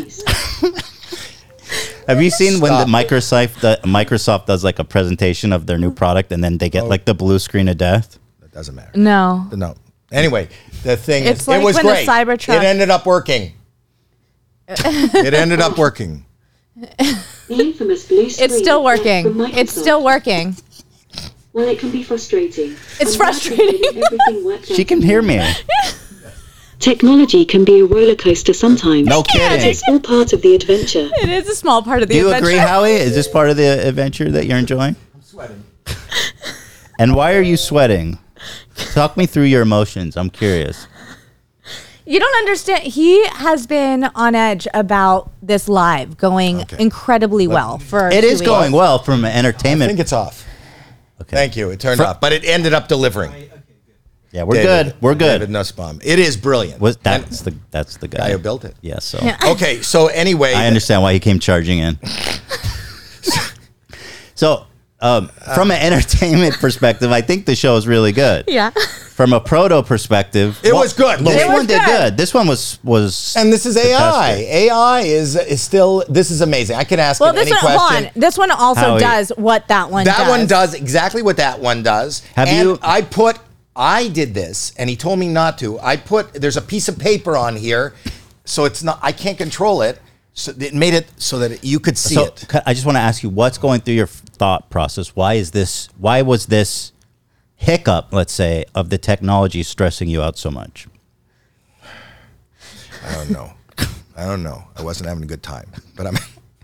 S3: Have you seen when the
S1: Stop.
S3: Microsoft the Microsoft does like a presentation of their new product and then they get like the blue screen of death?
S1: That doesn't matter.
S2: No.
S1: No. Anyway, the thing
S2: It's
S1: is,
S2: like
S1: it was
S2: when the
S1: great.
S2: Cybertruck-
S1: It ended up working. it ended up working.
S7: The infamous blue screen
S2: It's still working.
S7: from Microsoft.
S2: It's still working.
S7: While it can be frustrating,
S2: It's
S7: I'm glad that
S2: frustrating.
S7: everything worked out
S3: She can
S7: for
S3: hear
S7: you.
S3: me.
S7: Technology can be a roller coaster sometimes.
S3: No kidding.
S7: It's all part of the adventure.
S2: It is a small part of the
S3: Do you
S2: adventure.
S3: agree, Howie? Is this part of the adventure that you're enjoying?
S1: I'm sweating.
S3: And why are you sweating? Talk me through your emotions. I'm curious.
S2: You don't understand. He has been on edge about this live going incredibly well for
S3: It
S2: two
S3: is
S2: weeks.
S3: going well from an
S1: I
S3: entertainment.
S1: think it's off.
S3: okay.
S1: Thank you. It turned
S3: Fr-
S1: off, but it ended up delivering.
S3: Yeah, we're
S1: David-
S3: good. We're
S1: David
S3: good.
S1: Nussbaum. It is brilliant.
S3: Was
S1: And
S3: that's the that's the
S1: the guy
S3: guy
S1: who built it?
S3: Yeah. So
S1: Okay. So anyway,
S3: I understand why he came charging in. so, um, from an entertainment perspective, I think the show is really good.
S2: Yeah.
S3: From a proto perspective,
S1: It was good.
S3: This
S1: It was
S3: one did
S2: good.
S3: good. This one was was.
S1: And this is AI.
S3: fantastic.
S1: AI is is still. This is amazing. I can ask
S2: Well,
S1: it
S2: this
S1: any
S2: one,
S1: question.
S2: hold on. This one also
S3: Howie.
S2: does what that one
S1: That
S2: does.
S1: one does exactly what that one does.
S3: Have
S1: and
S3: you-
S1: I put. I did this, and he told me not to. I put. There's a piece of paper on here, so it's not. I can't control it. So it made it so that you could see
S3: so,
S1: it.
S3: ca- I just want to ask you, what's going through your f- thought process? Why is this? Why was this hiccup, let's say, of the technology stressing you out so much?
S1: I don't know. I don't know. I wasn't having a good time, but I'm.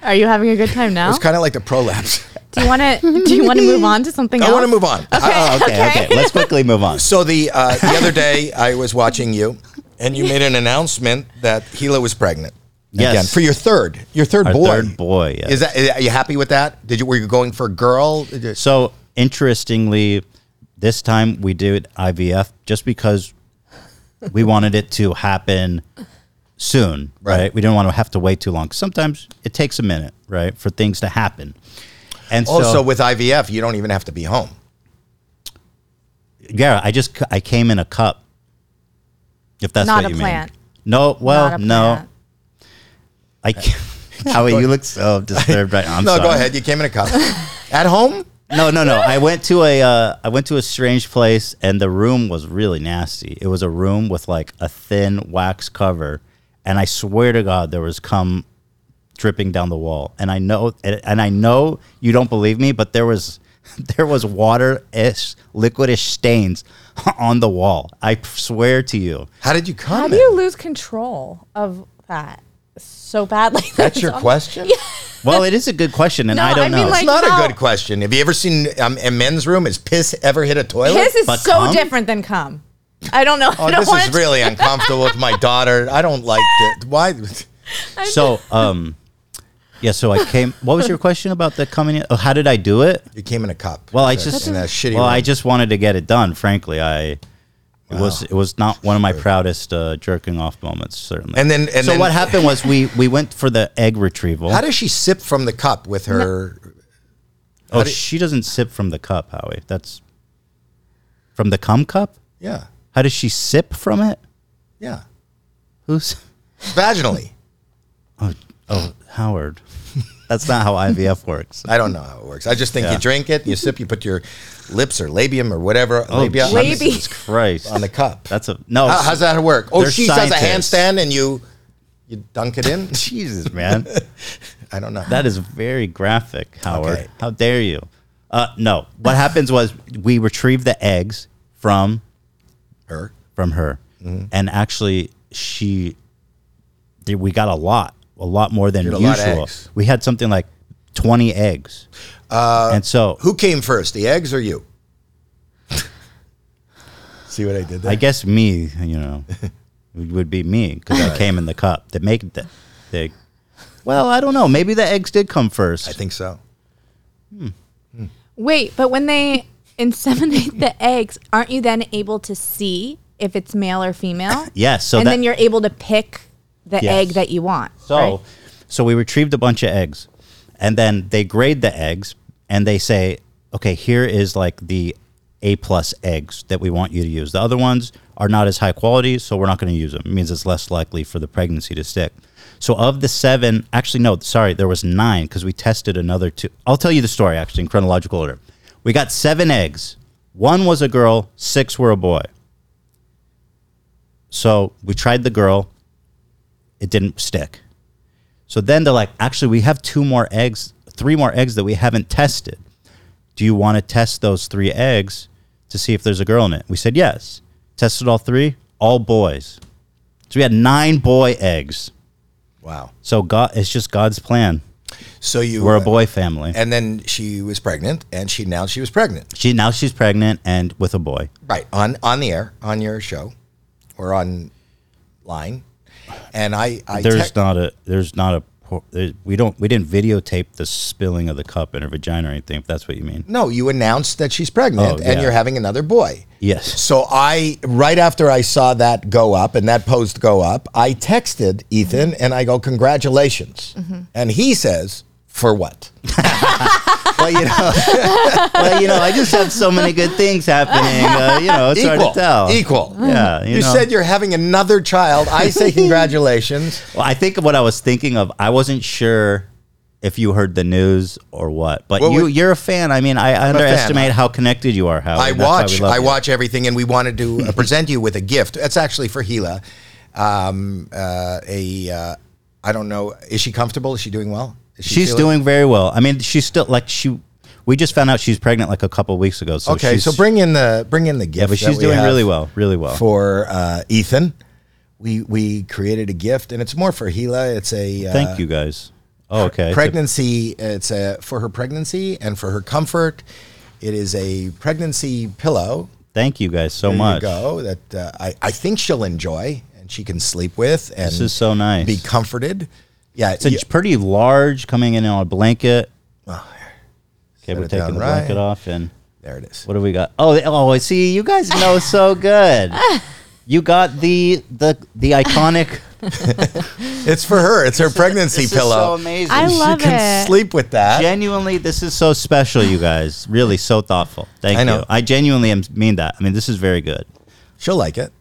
S2: Are you having a good time now?
S1: It's kind of like the prolapse.
S2: do you want to do you want to move on to something else?
S1: I want to move on.
S3: Oh, okay, okay. Let's quickly move on.
S1: So the uh, the other day I was watching you, and you made an announcement that Gila was pregnant.
S3: Yes.
S1: for your third, your third
S3: Our
S1: boy.
S3: third boy, yes.
S1: Is that? Are you happy with that? Did you? Were you going for a girl? Did you-
S3: So interestingly, this time we did IVF just because we wanted it to happen soon, right.
S1: Right.
S3: We didn't want to have to wait too long. Sometimes it takes a minute, right, for things to happen. And
S1: Also,
S3: so,
S1: with IVF, you don't even have to be home.
S3: yeah, I just c- I came in a cup. If that's
S2: Not
S3: what
S2: a
S3: you
S2: plant.
S3: mean. No, well,
S2: Not a
S3: no.
S2: plant.
S3: I can't. Howie, you look so disturbed right now. I'm
S1: no, go
S3: sorry.
S1: ahead. You came in a cup at home.
S3: No, no, no. I went to a uh, I went to a strange place, and the room was really nasty. It was a room with like a thin wax cover, and I swear to God, there was cum dripping down the wall. And I know, and and I know you don't believe me, but there was there was water ish, liquidish stains on the wall. I swear to you.
S1: How did you
S8: How
S1: come?
S8: do you lose control of that so badly?
S1: That's your question.
S3: Well, it is a good question, and
S8: No,
S3: I don't
S8: I mean,
S3: know.
S8: like-
S1: It's not
S8: how-
S1: a good question. Have you ever seen um, a men's room? Has piss ever hit a toilet?
S8: His is
S3: But
S8: so
S3: cum?
S8: different than cum. I don't know.
S1: oh,
S8: I don't
S1: this
S8: want
S1: is really uncomfortable with my daughter. I don't like it. Why?
S3: so, um, yeah. So I came. What was your question about the coming? In? Oh, how did I do it?
S1: You came in a cup.
S3: Well, I
S1: That's
S3: just
S1: in a shitty.
S3: Well, I
S1: room.
S3: just wanted to get it done. Frankly, I it was it was not one of my proudest uh, jerking off moments. Certainly.
S1: And then- and
S3: so
S1: then-
S3: what happened was we we went for the egg retrieval.
S1: How does she sip from the cup with her?
S3: oh,
S1: did-
S3: she doesn't sip from the cup, Howie. That's from the cum cup.
S1: Yeah,
S3: How does she sip from it?
S1: yeah,
S3: Who's?
S1: vaginally.
S3: Oh, oh Howard. That's not how IVF works.
S1: I don't know how it works. I just think
S3: Yeah.
S1: you drink it, you sip, you put your lips or labium or whatever
S3: Oh,
S1: labia on the,
S8: Labia.
S3: Jesus Christ!
S1: on the cup.
S3: That's a no.
S1: How, how's that work? Oh,
S3: They're
S1: she
S3: scientists.
S1: does a handstand and you you dunk it in.
S3: Jesus, man.
S1: I don't know.
S3: That is very graphic, Howard.
S1: Okay.
S3: How dare you? Uh, no. What happens was we retrieved the eggs from
S1: her.
S3: from her,
S1: Mm-hmm.
S3: and actually she, did, we got a lot, a lot more than
S1: Did a
S3: usual.
S1: lot of eggs.
S3: We had something like twenty eggs, uh, and so
S1: Who came first, the eggs or you? See what I did there?
S3: I guess me, you know, would be me because I came in the cup that make the, the. Well, I don't know. Maybe the eggs did come first.
S1: I think so.
S2: Wait, but when they inseminate the eggs, aren't you then able to see if it's male or female?
S3: Yes, so
S2: and
S3: that-
S2: then you're able to pick the
S3: Yes.
S2: egg that you want.
S3: So,
S2: right?
S3: so we retrieved a bunch of eggs, and then they grade the eggs, and they say, okay, here is like the A plus eggs that we want you to use. The other ones are not as high quality, so we're not going to use them. It means it's less likely for the pregnancy to stick. So of the seven, actually no, sorry, there was nine because we tested another two. I'll tell you the story actually in chronological order. We got seven eggs. One was a girl, six were a boy. So we tried the girl. It didn't stick. So then they're like, actually, we have two more eggs, three more eggs that we haven't tested. Do you want to test those three eggs to see if there's a girl in it? We said yes. Tested all three, all boys. So we had nine boy eggs.
S1: Wow.
S3: So God, it's just God's plan.
S1: So you uh,
S3: We're a boy family.
S1: And then she was pregnant and she now she was pregnant.
S3: She now she's pregnant and with a boy.
S1: Right. On on the air, on your show or on line. And I I
S3: There's
S1: tec-
S3: not a there's not a por- there- we don't we didn't videotape the spilling of the cup in her vagina or anything if that's what you mean.
S1: No, you announced that she's pregnant
S3: Oh,
S1: and
S3: yeah.
S1: you're having another boy.
S3: Yes.
S1: So I, right after I saw that go up and that post go up, I texted Ethan and I go, congratulations. And he says, for what? well, you know,
S3: well, you know, I just have so many good things happening. Uh, you know, it's
S1: equal,
S3: hard to tell.
S1: equal.
S3: Yeah,
S1: You,
S3: you know.
S1: said you're having another child. I say congratulations.
S3: Well, I think what I was thinking of, I wasn't sure if you heard the news or what, but
S1: Well,
S3: you,
S1: we-
S3: you're a fan. I mean, I
S1: a fan.
S3: underestimate how connected you are. How
S1: I watch. I watch everything, and we wanted to uh, present you with a gift. That's actually for Gila. Um, uh, a uh, I don't know. Is she comfortable? Is she doing well? Is she
S3: She's
S1: feeling-
S3: doing very well. I mean, she's still like she. We just found out she's pregnant like a couple weeks ago. So
S1: okay.
S3: she's,
S1: So bring in the bring in the gift.
S3: Yeah, but
S1: that
S3: she's
S1: we
S3: doing
S1: have
S3: really well, really well.
S1: for uh, Ethan. We we created a gift, and it's more for Gila. It's a uh,
S3: Thank you guys. Oh, okay. It's a-
S1: pregnancy. It's a for her pregnancy and for her comfort. It is a pregnancy pillow
S3: Thank you guys so
S1: There
S3: much.
S1: you go. That uh, I, I think she'll enjoy and she can sleep with and
S3: This is so nice.
S1: be comforted. Yeah,
S3: It's a
S1: you-
S3: pretty large coming in on a blanket. okay, we're
S1: it
S3: taking
S1: down
S3: the
S1: right.
S3: blanket off and.
S1: there it is.
S3: What do we got? Oh, oh, see, you guys know so good. You got the the the iconic
S1: It's for her. It's her pregnancy
S3: This is so
S1: pillow.
S3: amazing.
S2: I love
S1: she can
S2: it.
S1: sleep with that.
S3: genuinely, this is so special, you guys. Really, so thoughtful. Thank
S1: I know.
S3: you. I genuinely am, mean that. I mean, this is very good.
S1: She'll like it.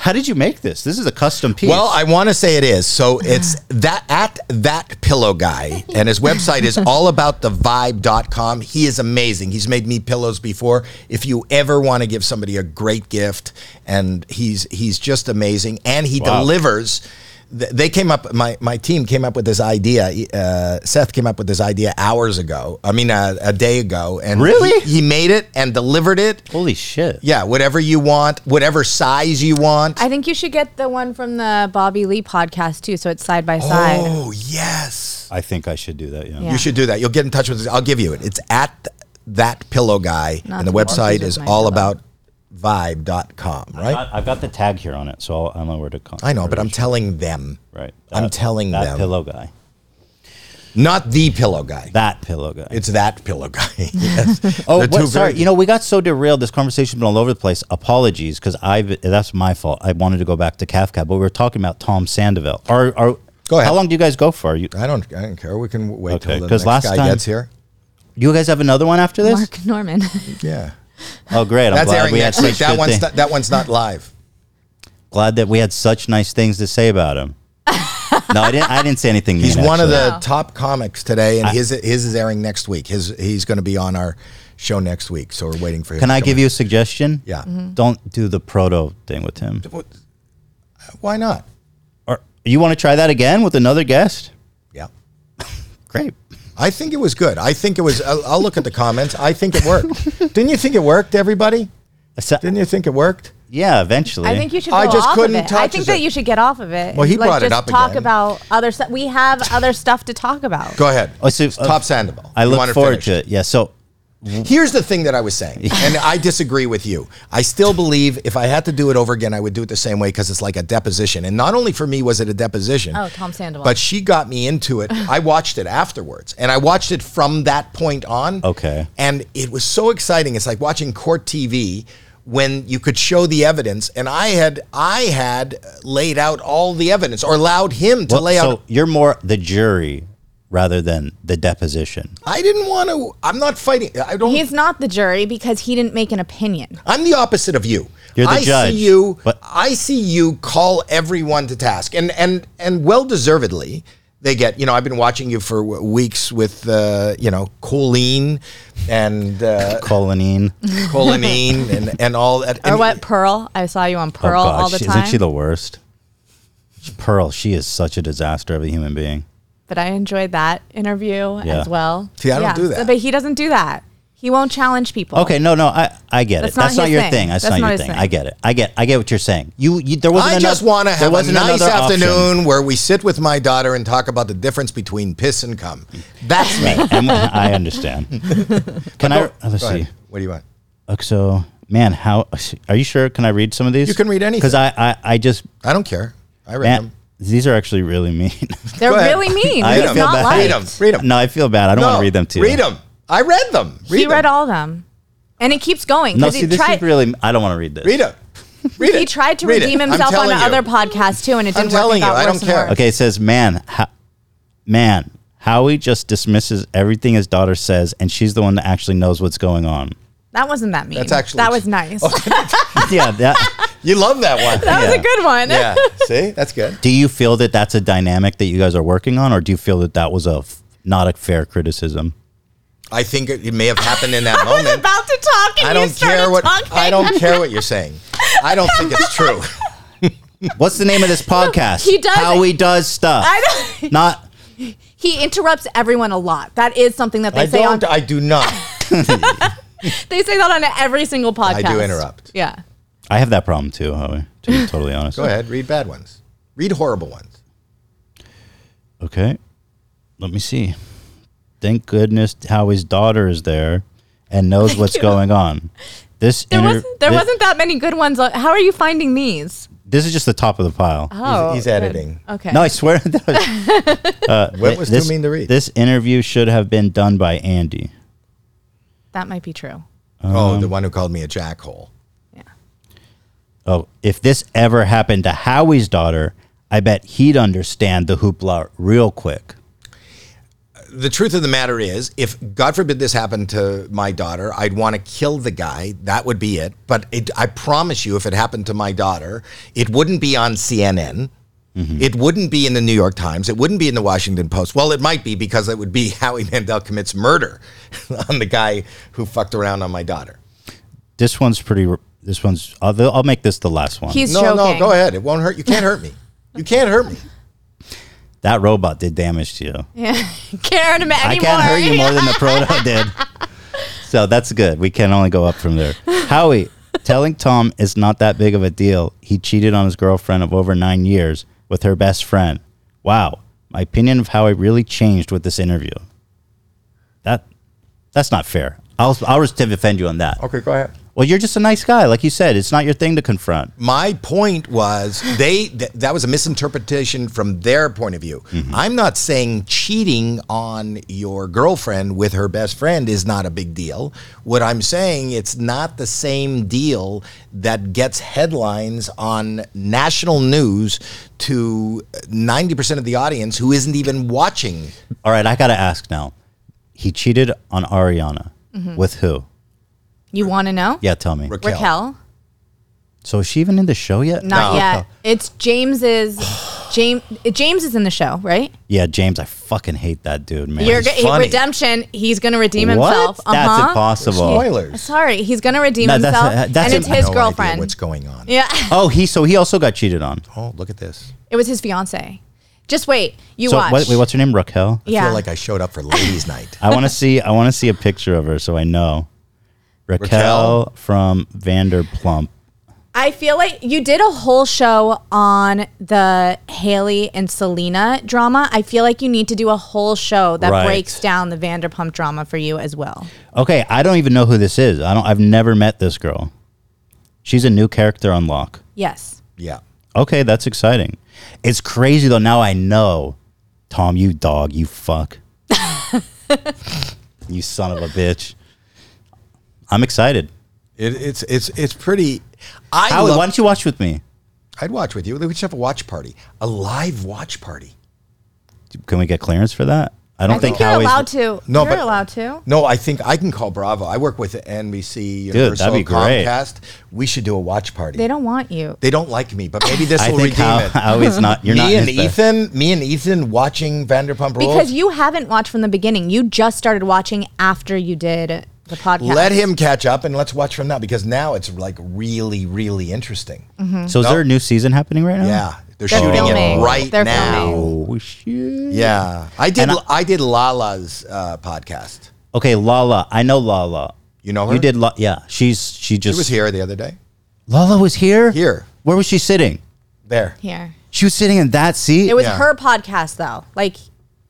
S3: How did you make this? This is a custom piece.
S1: Well, I want to say it is. So it's that at that pillow guy, and his website is allaboutthevibe.com. He is amazing. He's made me pillows before. If you ever want to give somebody a great gift, and he's he's just amazing, and he
S3: Wow.
S1: delivers. Th- They came up. My my team came up with this idea. Uh, Seth came up with this idea hours ago. I mean, uh, a day ago. And
S3: Really?
S1: he, he made it and delivered it.
S3: holy shit.
S1: Yeah, whatever you want, whatever size you want.
S2: I think you should get the one from the Bobby Lee podcast too, so it's side by side.
S1: Oh yes.
S3: I think I should do that. Yeah.
S2: Yeah.
S1: You should do that. You'll get in touch with us. I'll give you it. It's at th- that pillow guy,
S2: Not
S1: and the
S2: to confuse
S1: website
S2: with
S1: is
S2: my
S1: allaboutvibe.com, right?
S3: I, I've got the tag here on it, so I'll, I know where to contact.
S1: I know, but I'm telling them.
S3: Right.
S1: I'm telling
S3: that
S1: them.
S3: pillow guy.
S1: Not the pillow guy.
S3: That pillow guy.
S1: It's that pillow guy. yes.
S3: Oh,
S1: They're
S3: what,
S1: two
S3: sorry.
S1: very-
S3: You know, we got so derailed. This conversation's been all over the place. Apologies, because I—that's my fault. I wanted to go back to Kafka, but we were talking about Tom Sandoval. Are, are
S1: Go ahead.
S3: How long do you guys go for? You,
S1: I don't. I don't care. We can wait
S3: Okay,
S1: till the
S3: 'cause last
S1: next guy
S3: time-
S1: gets here.
S3: you guys have another one after this?
S2: Mark Norman.
S1: Yeah,
S3: Oh, great! I'm
S1: that's
S3: glad
S1: airing
S3: we
S1: next
S3: had
S1: week.
S3: such good
S1: That one's
S3: thing-
S1: not, that one's not live.
S3: glad that we had such nice things to say about him. no, I didn't. I didn't say anything.
S1: He's
S3: mean,
S1: one of
S3: actually.
S1: the top comics today, and his his is airing next week. His he's going to be on our show next week, so we're waiting for him.
S3: Can
S1: to
S3: I
S1: come
S3: give
S1: in.
S3: you a suggestion? Mm-hmm.
S1: Yeah. Mhm.
S3: Don't do the proto thing with him.
S1: Why not?
S3: Or you want to try that again with another guest?
S1: Yeah.
S3: Great.
S1: I think it was good. I think it was. I'll, I'll look at the comments. I think it worked. Didn't you think it worked, everybody?
S3: So-
S1: Didn't you think it worked?
S3: yeah, eventually.
S2: I think you should. Go
S1: I just
S2: off
S1: couldn't
S2: of it. I
S1: touch
S2: think
S1: it.
S2: that you should get off of it.
S1: Well, he
S2: and, like,
S1: brought it
S2: just
S1: up
S2: Talk
S1: again.
S2: about other stuff. We have other stuff to talk about.
S1: Go ahead.
S3: Oh, so-
S1: Top Sandoval.
S3: I
S1: You
S3: look
S1: want it
S3: forward to
S1: finished.
S3: it. Yeah. So
S1: Here's the thing that I was saying, and I disagree with you. I still believe if I had to do it over again, I would do it the same way because it's like a deposition. And not only for me was it a deposition.
S2: Oh, Tom Sandoval.
S1: But she got me into it. I watched it afterwards, and I watched it from that point on.
S3: Okay.
S1: And it was so exciting. It's like watching court TV when you could show the evidence, and I had I had laid out all the evidence, or allowed him to
S3: Well,
S1: lay out.
S3: So you're more the jury rather than the deposition.
S1: I didn't want to. I'm not fighting. I don't.
S2: He's not the jury because he didn't make an opinion.
S1: I'm the opposite of you.
S3: You're the
S1: I
S3: judge,
S1: see you.
S3: but-
S1: I see you call everyone to task, and and and well deservedly. They get, you know, I've been watching you for w- weeks with, uh, you know, Colleen and uh,
S3: Colonine.
S1: Colleen and, and all that.
S2: Or
S1: And
S2: what? Pearl. I saw you on
S3: Oh,
S2: Pearl all the
S3: she-
S2: time.
S3: Isn't she the worst? Pearl, she is such a disaster of a human being.
S2: but I enjoyed that interview
S3: Yeah.
S2: as well.
S1: See, I don't do that.
S2: But he doesn't do that. He won't challenge people.
S3: Okay, no, no, I, I get
S2: That's
S3: it.
S2: not
S3: That's not,
S2: his
S3: your
S2: thing.
S3: thing. That's,
S2: That's
S3: not,
S2: not
S3: your
S2: his
S3: thing.
S2: thing.
S3: I get it. I get I get what you're saying. You, you there wasn't
S1: I
S3: another
S1: just want to
S3: there
S1: have a
S3: wasn't
S1: nice
S3: another option.
S1: afternoon where we sit with my daughter and talk about the difference between piss and cum. That's me.
S3: Am- I understand. Can I let's
S1: Go
S3: see.
S1: ahead. What do you want?
S3: Okay, so man, how are you sure? Can I read some of these?
S1: You can read anything.
S3: Because I, I, I just
S1: I don't care. I read
S3: man,
S1: them.
S3: these are actually really mean.
S2: They're
S1: Go ahead.
S2: really mean.
S3: I
S2: He's
S3: feel
S2: not
S3: bad.
S2: liked.
S1: Read 'em. Read 'em.
S3: No, I feel bad. I don't want
S1: No,
S3: to read them too.
S1: Read them. I read them. Read
S2: He
S1: them.
S2: read all them, and it keeps going.
S3: No,
S2: 'cause
S3: see,
S2: he
S3: this
S2: tried,
S3: is really. I don't want to read this.
S1: Read them. Read it.
S2: he tried to
S1: Read it.
S2: redeem
S1: I'm
S2: himself on
S1: telling you.
S2: other podcasts too, and it
S1: I'm
S2: didn't work.
S1: telling
S2: It
S1: you,
S2: got
S1: I
S2: worse
S1: don't
S2: and
S1: care.
S2: worse.
S3: Okay, it says, man, ho- man, Howie just dismisses everything his daughter says, and she's the one that actually knows what's going on.
S2: That wasn't that mean.
S1: That's actually-
S2: that was nice.
S3: yeah, that.
S1: You love that one.
S2: that was
S3: yeah.
S2: a good one.
S1: yeah. See, that's good.
S3: Do you feel that that's a dynamic that you guys are working on, or do you feel that that was a f- not a fair criticism?
S1: I think it, it may have happened in that
S2: I was
S1: moment.
S2: about to talk, and
S1: I
S2: you
S1: don't
S2: started
S1: care what
S2: talking.
S1: I don't care what you're saying. I don't think it's true.
S3: What's the name of this podcast?
S2: he does-
S3: Howie does stuff.
S2: I don't-
S3: Not.
S2: He interrupts everyone a lot. That is something that they
S1: I
S2: say on.
S1: don't. I do not.
S2: They say that on every single podcast.
S1: do interrupt.
S2: Yeah.
S3: I have that problem too, Howie. To be totally honest.
S1: Go ahead. Read bad ones. Read horrible ones.
S3: Okay. Let me see. Thank goodness Howie's daughter is there and knows what's going on. This
S2: There
S3: inter-
S2: wasn't there
S3: thi-
S2: wasn't that many good ones. How are you finding these?
S3: This is just the top of the pile.
S2: Oh,
S1: he's
S2: good.
S1: editing.
S2: Okay.
S3: No, I swear. That was,
S1: What was
S3: this,
S1: too mean to read?
S3: This interview should have been done by Andy.
S2: that might be true.
S1: oh,
S3: um,
S1: the one who called me a jackhole.
S2: Yeah.
S3: Oh, if this ever happened to Howie's daughter, I bet he'd understand the hoopla real quick.
S1: the truth of the matter is, if God forbid this happened to my daughter, I'd want to kill the guy. That would be it. But it, I promise you, if it happened to my daughter, it wouldn't be on CNN. It wouldn't be in the New York Times. It wouldn't be in the Washington Post. Well, it might be because it would be Howie Mandel commits murder on the guy who fucked around on my daughter.
S3: This one's pretty. r- This one's. I'll, I'll make this the last one.
S2: He's
S1: No, no,
S2: joking.
S1: go ahead. It won't hurt. You can't hurt me. You can't hurt me.
S3: that robot did damage to you.
S2: Karen, anymore.
S3: I can't hurt you more than the proto did. So that's good. We can only go up from there. Howie, telling Tom is not that big of a deal. He cheated on his girlfriend of over nine years with her best friend. Wow. My opinion of Howie really changed with this interview. That that's not fair. I'll I'll just defend you on that.
S1: Okay, go ahead.
S3: Well, you're just a nice guy, like you said. It's not your thing to confront.
S1: My point was they th- that was a misinterpretation from their point of view. I'm not saying cheating on your girlfriend with her best friend is not a big deal. What I'm saying it's not the same deal that gets headlines on national news to 90% of the audience who isn't even watching.
S3: All right, I gotta ask now. He cheated on Ariana
S2: Mm-hmm.
S3: with who?
S2: You want to know?
S3: Yeah, tell me.
S1: Raquel.
S2: Raquel?
S3: So is she even in the show yet?
S2: Not
S1: No.
S2: yet. It's James's. James James is in the show, right?
S3: Yeah, James, I fucking hate that dude, man.
S2: You're
S1: he's
S2: g-
S1: funny.
S2: redemption. He's gonna redeem
S3: what?
S2: himself. Uh-huh.
S3: That's impossible.
S1: Spoilers.
S2: Sorry, he's gonna redeem
S3: No, that's-
S2: himself,
S3: that's
S2: and it's
S3: im-
S1: I have
S2: his
S1: no idea
S2: girlfriend.
S1: what's going on?
S2: yeah,
S3: Oh, he so he also got cheated on.
S1: Oh, look at this.
S2: it was his fiance. Just wait, you
S3: so
S2: watch.
S3: What, wait, what's her name? Raquel.
S1: I
S2: yeah,
S1: feel like I showed up for ladies' night.
S3: I want to see. I want to see a picture of her so I know. Raquel,
S1: Raquel.
S3: from Vanderplump.
S2: I feel like you did a whole show on the Haley and Selena drama. I feel like you need to do a whole show that
S3: Right.
S2: breaks down the Vanderpump drama for you as well.
S3: Okay, I don't even know who this is. I don't. I've never met this girl. She's a new character on Lock.
S2: Yes.
S1: Yeah.
S3: Okay, that's exciting. It's crazy though. Now I know. Tom, you dog, you fuck. you son of a bitch. I'm excited.
S1: It, it's it's it's pretty. I
S3: Howie,
S1: love-
S3: why don't you watch with me?
S1: I'd watch with you. We should have a watch party, a live watch party.
S3: Can we get clearance for that? I don't
S2: I think, you're
S3: Howie's-
S2: allowed to.
S1: No,
S2: you're
S1: but-
S2: allowed to.
S1: No, I think I can call Bravo. I work with NBC,
S3: that'd
S1: Universal,
S3: be great.
S1: Comcast. We should do a watch party.
S2: They don't want you.
S1: They don't like me, but maybe this
S3: I
S1: will
S3: think
S1: redeem
S3: How-
S1: it.
S3: Howie's not. You're not.
S1: me
S3: in
S1: and
S3: his best-
S1: Ethan, me and Ethan watching Vanderpump Rules.
S2: Because you haven't watched from the beginning. You just started watching after you did the podcast.
S1: let him catch up and let's watch from now because now it's like really, really interesting.
S3: So is there a new season happening right now?
S1: Yeah, they're,
S2: Mm-hmm. They're
S1: shooting
S2: filming.
S1: it right
S2: They're
S1: now.
S2: filming.
S3: Oh shit.
S1: Yeah, I did.
S3: And I-
S1: I, did Lala's uh, podcast.
S3: Okay, Lala. I know Lala.
S1: You know her?
S3: You did. La- yeah. She's. She just.
S1: She was here the other day.
S3: Lala was here.
S1: Here.
S3: Where was she sitting?
S1: There.
S2: here.
S3: She was sitting in that seat.
S2: It was
S1: Yeah.
S2: her podcast though. Like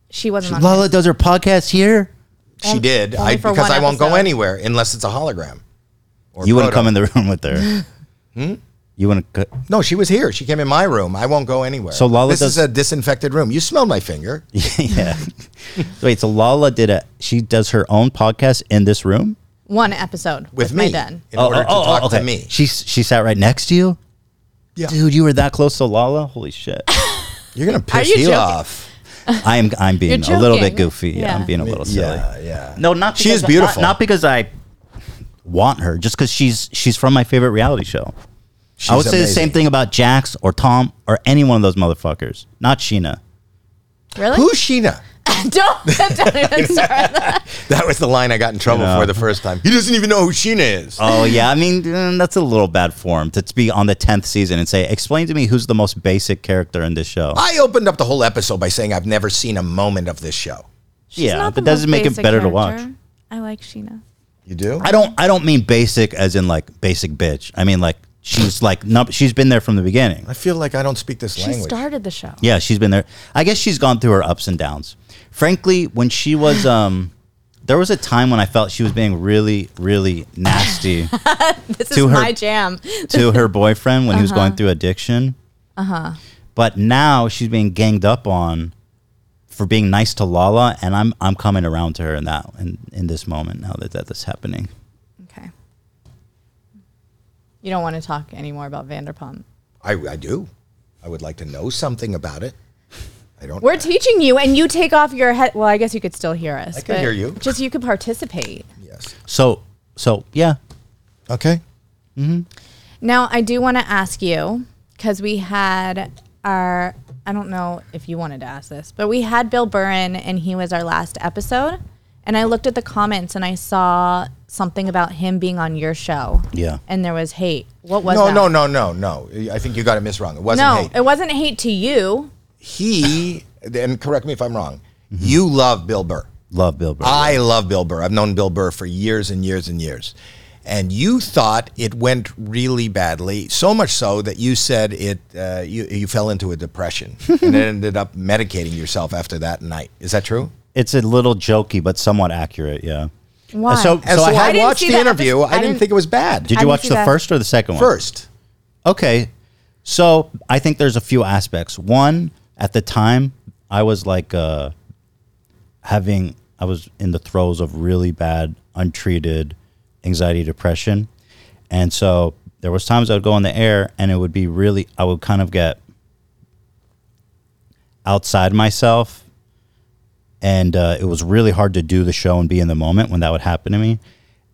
S2: she wasn't on
S3: Lala does her podcast here.
S1: She did.
S2: only
S1: I,
S2: for
S1: because
S2: one
S1: I won't go
S2: episode.
S1: anywhere unless it's a hologram. Or
S3: You wouldn't
S1: proto.
S3: come in the room with her. hmm? You wouldn't. Co-
S1: No, she was here. She came in my room. I won't go anywhere.
S3: So Lala
S1: this
S3: does-
S1: is a disinfected room. You smelled my finger.
S3: yeah. Wait. So Lala did a. She does her own podcast in this room.
S2: one episode
S1: with,
S2: with,
S1: me
S2: my dad.
S1: in order to
S3: Oh,
S1: talk to me.
S3: She she sat right next to you.
S1: Yeah.
S3: Dude, you were that close to Lala. Holy shit.
S1: You're gonna piss
S2: you
S1: you
S2: joking?
S1: off.
S3: I'm I'm being
S2: You're
S3: a little bit
S2: joking.
S3: goofy. Yeah.
S2: Yeah.
S3: I'm being a little silly.
S1: Yeah, yeah.
S3: No, not
S1: She is
S3: because-
S1: beautiful.
S3: Not, not because I want her, just because she's she's from my favorite reality show. I would
S1: She's
S3: say the same
S1: amazing.
S3: thing about Jax or Tom or any one of those motherfuckers. Not Sheena.
S2: Really?
S1: Who's Sheena?
S2: don't, don't even start.
S1: That was the line I got in trouble for the first time. He doesn't even know who Sheena is.
S3: Oh yeah, I mean mm, that's a little bad form to be on the tenth season and say, explain to me who's the most basic character in this show.
S1: I opened up the whole episode by saying I've never seen a moment of this show.
S3: yeah,
S2: Not the
S3: that doesn't
S2: most
S3: make it
S2: basic
S3: better to watch.
S2: character. I like Sheena.
S1: You do?
S3: I don't I don't mean basic as in like basic bitch. I mean like she's like num- she's been there from the beginning.
S1: I feel like I don't speak this
S2: She
S1: language.
S2: started the show.
S3: Yeah, she's been there. I guess she's gone through her ups and downs. Frankly, when she was um there was a time when I felt she was being really really nasty
S2: This
S3: To
S2: is
S3: her-
S2: my jam.
S3: to her boyfriend when he was going through addiction. Uh-huh. But now she's being ganged up on for being nice to Lala and I'm I'm coming around to her in that in, in this moment now that that's happening.
S2: Okay. You don't want to talk anymore about Vanderpump.
S1: I, I do. I would like to know something about it. I don't.
S8: We're teaching you, and you take off your head. Well, I guess you could still hear us.
S1: I can
S8: but
S1: hear you.
S8: Just you could participate.
S1: yes.
S3: So, so yeah,
S1: Okay.
S8: Now, I do want to ask you because we had our, I don't know if you wanted to ask this, but we had Bill Burren and he was our last episode. And I looked at the comments and I saw something about him being on your show.
S3: Yeah.
S8: And there was hate. What was
S1: no,
S8: that?
S1: no, no, no, no. I think you got it miswrong. It wasn't
S8: No,
S1: hate.
S8: it wasn't hate to you.
S1: he and correct me if I'm wrong. You love Bill Burr.
S3: love Bill Burr.
S1: I love Bill Burr. I've known Bill Burr for years and years and years. And you thought it went really badly, so much so that you said it. Uh, you you fell into a depression and ended up medicating yourself after that night. Is that true?
S3: it's a little jokey, but somewhat accurate. Yeah.
S8: Why?
S3: So,
S1: And
S3: so I had.
S1: I,
S8: didn't
S1: watched
S8: see
S1: the
S8: that
S1: interview.
S8: episode.
S1: I,
S8: I
S1: didn't
S8: didn't-
S1: think it was bad.
S3: Did
S8: I
S3: you
S8: didn't
S3: watch
S8: see
S3: the
S8: that.
S3: first or the second one?
S1: First,
S3: Okay. So I think there's a few aspects. One, at the time, I was like uh, having, I was in the throes of really bad, untreated anxiety, depression. And so there was times I would go on the air and it would be really, I would kind of get outside myself. And uh, it was really hard to do the show and be in the moment when that would happen to me.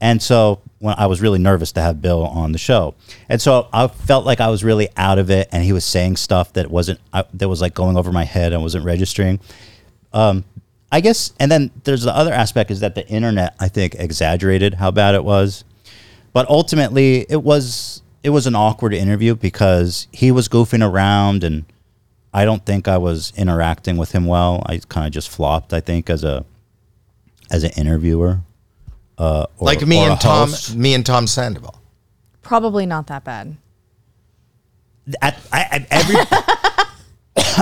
S3: And so when I was really nervous to have Bill on the show, and so I felt like I was really out of it, and he was saying stuff that wasn't I, that was like going over my head and wasn't registering. I guess, and then there's the other aspect is that the internet, I think, exaggerated how bad it was. But ultimately, it was it was an awkward interview because he was goofing around, and I don't think I was interacting with him well. I kind of just flopped, I think, as a as an interviewer. Uh, or-
S1: like me
S3: or a
S1: and Tom,
S3: host.
S1: me and Tom Sandoval.
S8: Probably not that bad.
S3: at, I, at every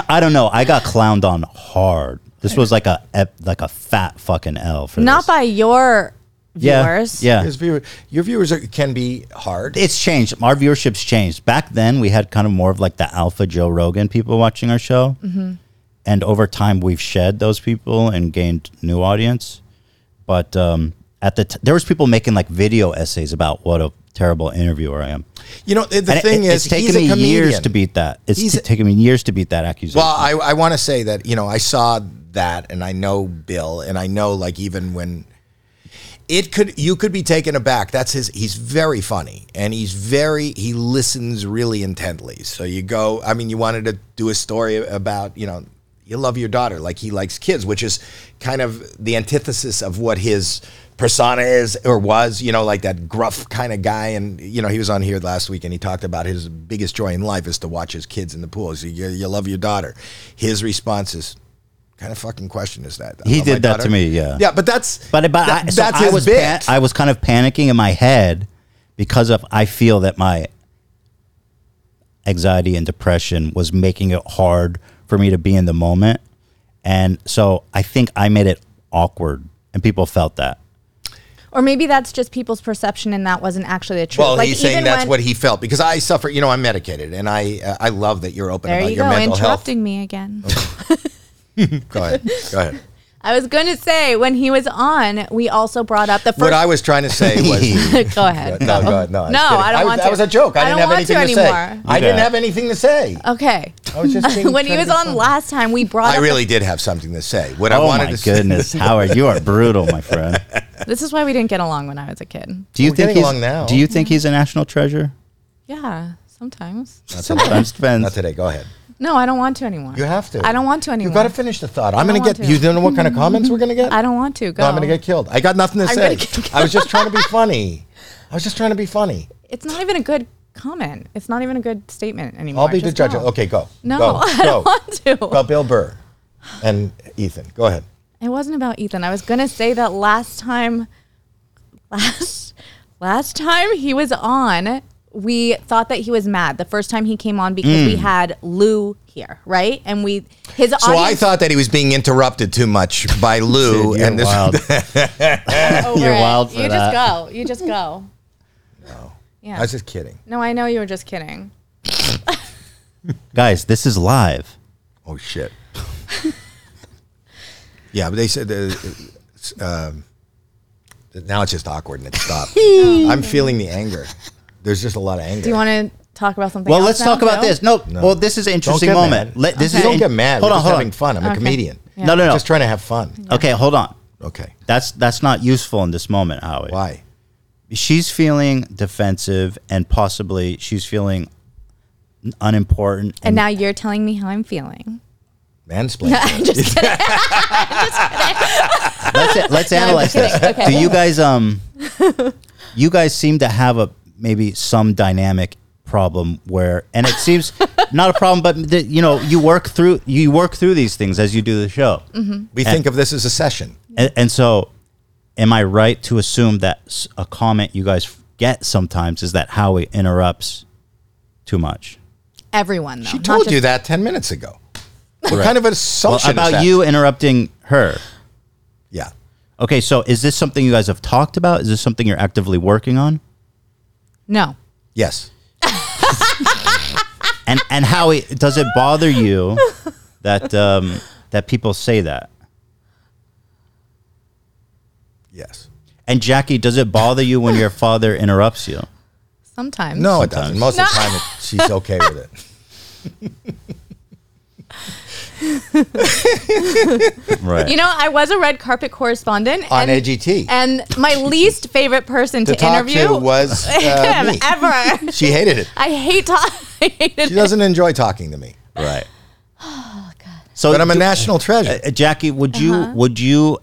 S3: I don't know. I got clowned on hard. This was like a ep- like a fat fucking L for
S8: Not
S3: this.
S8: by your
S3: yeah,
S8: viewers.
S3: Yeah,
S1: His viewer, your viewers are, can be hard.
S3: it's changed. Our viewership's changed. Back then, we had kind of more of like the alpha Joe Rogan people watching our show, and over time, we've shed those people and gained new audience. But um, at the t- there was people making like video essays about what a terrible interviewer I am.
S1: You know, the
S3: And it-
S1: thing
S3: it's
S1: is,
S3: taken
S1: he's a
S3: me
S1: comedian.
S3: years to beat that. It's
S1: He's
S3: t-
S1: a-
S3: taken me years to beat that accusation.
S1: Well, I, I want to say that you know I saw that, and I know Bill, and I know like even when it could you could be taken aback. That's his. He's very funny, and he's very he listens really intently. So you go. I mean, you wanted to do a story about you know you love your daughter like he likes kids, which is kind of the antithesis of what his persona is or was. You know, like that gruff kind of guy. And you know, he was on here last week, and he talked about his biggest joy in life is to watch his kids in the pools. You, you love your daughter. His response is. Kind of fucking question is that? I
S3: He
S1: love my
S3: did that to
S1: daughter."
S3: me, yeah.
S1: Yeah, but that's
S3: But but
S1: that-
S3: I, so I was
S1: bit.
S3: pan- I was kind of panicking in my head because of I feel that my anxiety and depression was making it hard for me to be in the moment, and so I think I made it awkward, and people felt that.
S8: Or maybe that's just people's perception and that wasn't actually the truth.
S1: Well, he's saying
S8: even
S1: that's
S8: when-
S1: what he felt because I suffer. You know, I'm medicated, and I uh, I love that you're open
S8: There
S1: about
S8: you
S1: your
S8: go,
S1: mental
S8: interrupting me again.
S1: health. Go ahead, go ahead.
S8: I was going to say when he was on, we also brought up the first.
S1: What I was trying to say was.
S8: go ahead.
S1: No, go ahead. No, I was kidding.
S8: No, I don't
S1: was-
S8: want
S1: That
S8: to.
S1: was a joke. I,
S8: I
S1: didn't
S8: don't
S1: have
S8: want
S1: anything
S8: to
S1: to, say.
S8: anymore.
S1: I didn't
S3: Yeah.
S1: have anything to say.
S8: Okay.
S1: I was just being-
S8: when he
S1: trying to
S8: was
S1: be
S8: on
S1: funny.
S8: last time, we brought.
S1: I
S8: up
S1: really did have something to say. What I
S3: oh
S1: wanted
S3: my
S1: to
S3: goodness,
S1: say.
S3: Howard, you are brutal, my friend.
S8: this is why we didn't get along when I was a kid.
S3: Do you
S1: We're
S3: think
S1: getting
S3: he's
S1: along now.
S3: do you think he's a national treasure?
S8: Yeah, sometimes.
S3: Sometimes
S1: Not
S3: depends.
S1: today. Go ahead.
S8: No, I don't want to anymore.
S1: You have to.
S8: I don't want to anymore.
S1: You've got to finish the thought. I'm
S8: I
S1: going
S8: don't
S1: to
S8: want
S1: get.
S8: to.
S1: You don't know what kind of comments we're going to get.
S8: I don't want to go.
S1: No, I'm going to get killed. I got nothing to
S8: I'm
S1: say.
S8: gonna get
S1: I was just trying to be funny. I was just trying to be funny.
S8: It's not even a good comment. It's not even a good statement anymore.
S1: I'll be the
S8: Just
S1: judge.
S8: go.
S1: Okay, go.
S8: No,
S1: go,
S8: I don't want to.
S1: About Bill Burr and Ethan. Go ahead.
S8: It wasn't about Ethan. I was gonna say that last time, last last time he was on, we thought that he was mad the first time he came on because we had Lou here, right? And we his
S1: So I
S8: audience
S1: thought that he was being interrupted too much by Lou
S3: Dude, you're
S1: and this.
S3: wild.
S8: over
S3: you're
S8: it.
S3: wild for
S8: you
S3: that.
S8: just go. You just go.
S1: I was just kidding.
S8: No, I know you were just kidding.
S3: Guys, this is live.
S1: Oh shit. yeah, but they said uh, it's, um, that now it's just awkward and it stopped. I'm feeling the anger. There's just a lot of anger.
S8: Do you want to talk about something.
S3: Well,
S8: else
S3: let's
S8: now,
S3: talk about
S8: too?
S3: this. No, well, this is an interesting
S1: get
S3: moment.
S1: mad.
S3: Let, this
S1: You
S3: is
S1: don't
S3: in-
S1: get mad.
S3: Hold on,
S1: I'm just
S3: hold
S1: having
S3: on.
S1: fun. I'm a comedian.
S3: No, no, no.
S1: Just trying to have fun.
S3: Okay, hold on.
S1: Okay.
S3: That's that's not useful in this moment, Howie.
S1: Why?
S3: She's feeling defensive and possibly she's feeling unimportant.
S8: And now you're telling me how I'm feeling.
S1: Mansplaining.
S8: I'm just kidding.
S3: let's let's analyze this. Do you guys um you guys seem to have a maybe some dynamic problem where and it seems not a problem but th- you know you work through you work through these things as you do the show
S1: we think of this as a session.
S3: and, and so am i right to assume that s- a comment you guys get sometimes is that howie interrupts too much
S8: Everyone though.
S1: She
S8: not
S1: told
S8: just-
S1: you that 10 minutes ago. What
S3: Right.
S1: kind of an
S3: well,
S1: assumption is
S3: about
S1: that?
S3: you interrupting her
S1: Yeah.
S3: okay so is this something you guys have talked about is this something you're actively working on
S8: No.
S1: Yes.
S3: and and Howie, does it bother you that um, that people say that?
S1: Yes.
S3: And Jackie, does it bother you when your father interrupts you?
S8: Sometimes.
S1: No, it doesn't. Most of the time, it, she's okay with it.
S3: Right.
S8: You know, I was a red carpet correspondent
S1: On
S8: and,
S1: AGT.
S8: and my least favorite person to,
S1: to talk
S8: interview
S1: to was uh,
S8: him
S1: me.
S8: ever.
S1: She hated it.
S8: I hate talk. I hated
S1: She doesn't enjoy talking to me.
S3: right.
S8: Oh,
S3: So,
S1: But I'm a
S3: do-
S1: national treasure.
S3: Oh, uh, Jackie, would you
S8: Uh-huh.
S3: would you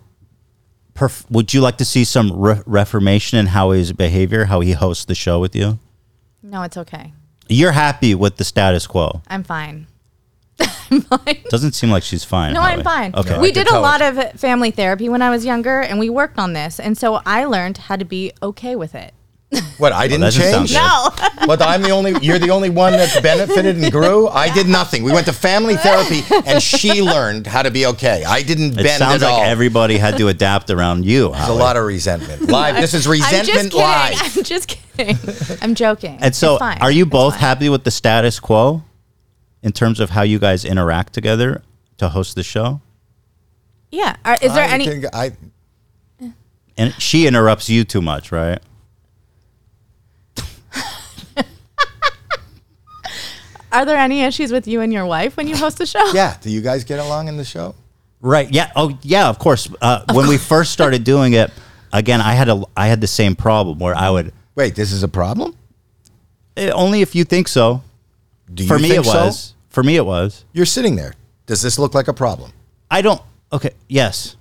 S3: perf- would you like to see some re- reformation in Howie's behavior, how he hosts the show with you?
S8: No, it's okay.
S3: You're happy with the status quo.
S8: I'm fine.
S3: Doesn't seem like she's fine.
S8: No, I'm
S3: Howie.
S8: fine.
S3: Okay.
S8: we
S1: I can
S8: did a
S1: tell
S8: lot of family therapy when I was younger and we worked on this. And so I learned how to be okay with it.
S1: What? I didn't
S3: doesn't sound
S1: change. But I'm the only. You're the only one that's benefited and grew. I did nothing. We went to family therapy, and she learned how to be okay. I didn't
S3: It
S1: bend
S3: sounds
S1: at
S3: like
S1: all.
S3: everybody had to adapt around you.
S1: There's a lot of resentment. Live. This is
S8: I'm just
S1: resentment
S8: kidding.
S1: live.
S8: I'm just kidding. I'm joking.
S3: And so,
S8: It's fine.
S3: are you
S8: It's
S3: both
S8: fine.
S3: happy with the status quo in terms of how you guys interact together to host the show?
S8: Yeah. Are, is there
S1: I
S8: any?
S1: think I,
S3: And she interrupts you too much, right?
S8: Are there any issues with you and your wife when you host the show?
S1: yeah. Do you guys get along in the show?
S3: Right. Yeah. Oh, yeah. Of course. Uh, when we first started doing it, again, I had a I had the same problem where I would
S1: Wait, this is a problem.
S3: eh, only if you think so.
S1: Do you
S3: For me, it
S1: think so?
S3: was. For me, it was.
S1: You're sitting there. Does this look like a problem?
S3: I don't. Okay. Yes.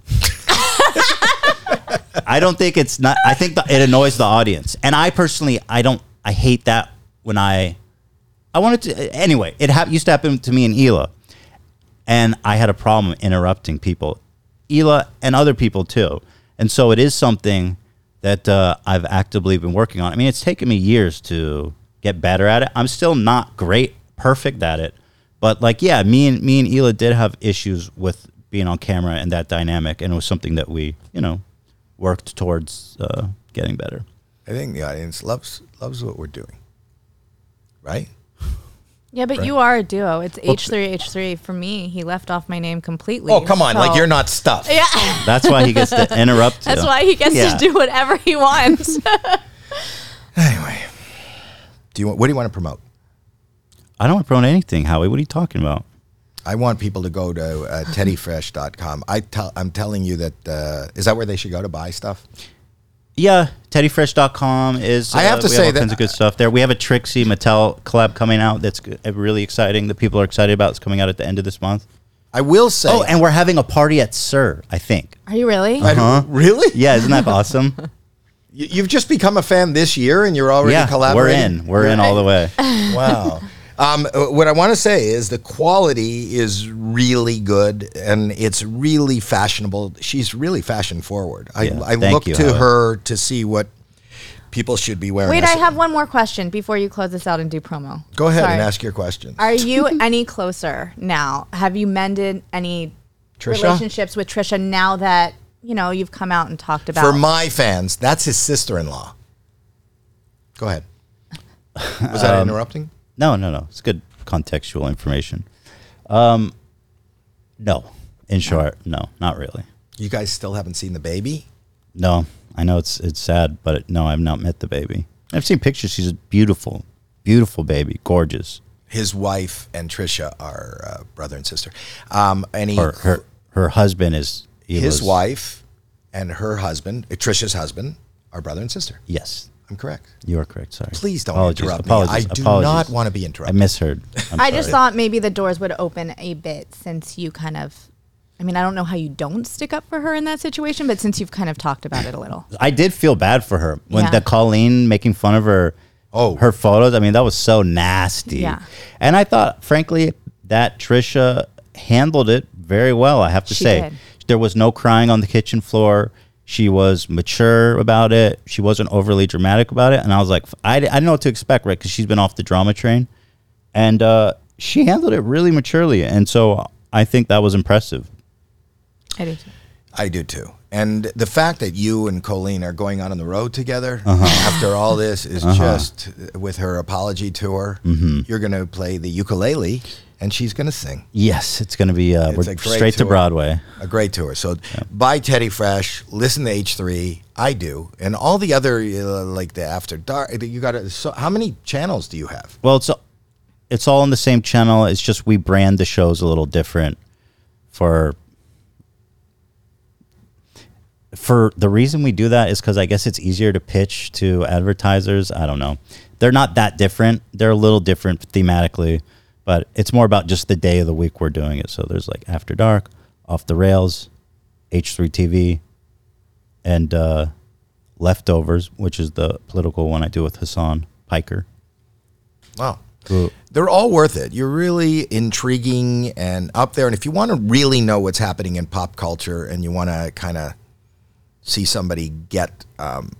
S3: I don't think it's not. I think the, it annoys the audience, and I personally, I don't. I hate that when I, I wanted to. Anyway, it hap- used to happen to me in Ela, and I had a problem interrupting people, Ela and other people too, and so it is something that uh, I've actively been working on. I mean, it's taken me years to get better at it. I'm still not great, perfect at it, but like, yeah, me and me and Ela did have issues with being on camera and that dynamic, and it was something that we, you know, worked towards uh, getting better.
S1: I think the audience loves loves what we're doing. Right?
S8: Yeah, but you are a duo. It's H three H three. For me, he left off my name completely.
S1: Oh, come on!
S8: so-
S1: Like you're not stuffed.
S8: Yeah,
S3: That's why he gets to interrupt.
S8: that's
S3: you.
S8: why he gets
S3: Yeah.
S8: to do whatever he wants.
S1: Anyway, do you want, what do you want to promote?
S3: I don't want to promote anything, Howie. What are you talking about?
S1: I want people to go to uh, teddyfresh.com. I tell, I'm telling you that uh, is that where they should go to buy stuff?
S3: Yeah, teddyfresh.com is. uh,
S1: I have to
S3: we
S1: say
S3: all
S1: that-
S3: kinds of good stuff there. We have a Trixie Mattel collab coming out that's g- uh, really exciting that people are excited about. It's coming out at the end of this month.
S1: I will say.
S3: Oh, and we're having a party at Sir, I think.
S8: Are you really?
S1: I don't-
S3: Uh-huh.
S1: really?
S3: Yeah, isn't that awesome?
S1: You- You've just become a fan this year, and you're already
S3: yeah, we're
S1: collaborating.
S3: in. We're in all the way.
S1: Wow. Um, uh, what I want to say is the quality is really good and it's really fashionable. She's really fashion forward. I,
S3: Yeah,
S1: I
S3: thank
S1: look
S3: you,
S1: to
S3: Howard.
S1: her to see what people should be wearing.
S8: Wait, I
S1: s-
S8: have one more question before you close this out and do promo.
S1: Go ahead
S8: Sorry.
S1: and ask your question.
S8: Are you any closer now? Have you mended any
S1: Trisha?
S8: relationships with Trisha now that you know you've come out and talked about?
S1: For my fans, that's his sister in law. Go ahead. Was that
S3: Um,
S1: interrupting?
S3: No, no, no. It's good contextual information. Um, no, in short, no, not really.
S1: You guys still haven't seen the baby?
S3: No, I know it's it's sad, but no, I've not met the baby. I've seen pictures. She's beautiful, Beautiful baby, gorgeous.
S1: His wife and Trisha are uh, brother and sister. Um, and he,
S3: Her her her husband is he
S1: his
S3: was-
S1: wife and her husband, uh, Trisha's husband, are brother and sister.
S3: Yes,
S1: I'm correct.
S3: you are correct. Sorry.
S1: Please don't
S3: Apologies,
S1: interrupt me.
S3: Apologies,
S1: I do
S3: apologies.
S1: not want to be
S3: I
S1: interrupted.
S3: misheard. I'm
S8: I just
S3: sorry.
S8: thought maybe the doors would open a bit since you kind of. I mean, I don't know how you don't stick up for her in that situation, but since you've kind of talked about it a little,
S3: I did feel bad for her when
S8: Yeah.
S3: the Colleen making fun of her.
S1: Oh.
S3: her photos. I mean, that was so nasty.
S8: Yeah.
S3: And I thought, frankly, that Trisha handled it very well. I have to
S8: She
S3: say,
S8: did.
S3: there was no crying on the kitchen floor. She was mature about it. She wasn't overly dramatic about it. And I was like, I, I didn't know what to expect, right? Because she's been off the drama train, and uh, she handled it really maturely. And so I think that was impressive.
S8: I do too.
S1: I do too. And the fact that you and Colleen are going out on the road together after all this is just uh, with her apology tour. You're going to play the ukulele and she's going to sing.
S3: Yes, it's going to be. Uh,
S1: It's
S3: we're
S1: a great
S3: straight to
S1: tour.
S3: Broadway.
S1: A great tour. So buy Teddy Fresh, listen to H3. I do. And all the other, uh, like the After Dark, you got to. So how many channels do you have?
S3: Well, it's it's all on the same channel. It's just we brand the shows a little different for for the reason we do that is because I guess it's easier to pitch to advertisers. I don't know. They're not that different. They're a little different thematically, but it's more about just the day of the week we're doing it. So there's like After Dark, Off the Rails, H3 TV, and uh, Leftovers, which is the political one I do with Hassan Piker.
S1: Wow. They're all worth it. You're really intriguing and up there. And if you want to really know what's happening in pop culture and you want to kind of see somebody get um,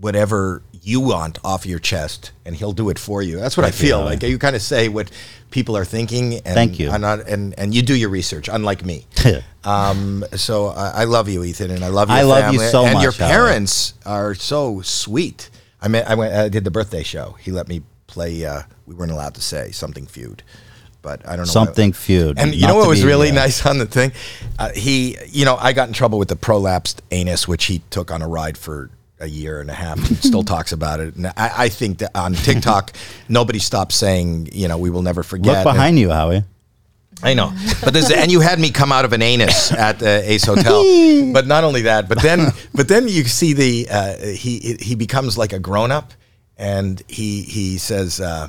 S1: whatever you want off your chest, and he'll do it for you. That's what I feel
S3: you.
S1: like. You kind of say what people are thinking. And
S3: Thank you.
S1: And, not, and, and you do your research, unlike me. um, so I, I love you, Ethan, and I love your
S3: I love you
S1: family.
S3: so
S1: and
S3: much,
S1: your
S3: Howard.
S1: parents are so sweet. I mean, I went. I did the birthday show. He let me play. Uh, we weren't allowed to say something feud, but I don't know why-
S3: Something feud.
S1: And you
S3: Not
S1: know what
S3: to
S1: was
S3: be,
S1: really
S3: uh,
S1: nice on the thing? Uh, he, you know, I got in trouble with the prolapsed anus, which he took on a ride for a year and a half. and still talks about it. And I, I think that on TikTok, nobody stops saying, you know, we will never forget.
S3: Look
S1: And-
S3: behind you, Howie.
S1: I know, but this, and you had me come out of an anus at the Ace Hotel. but not only that, but then, but then you see the uh, he he becomes like a grown up, and he he says uh,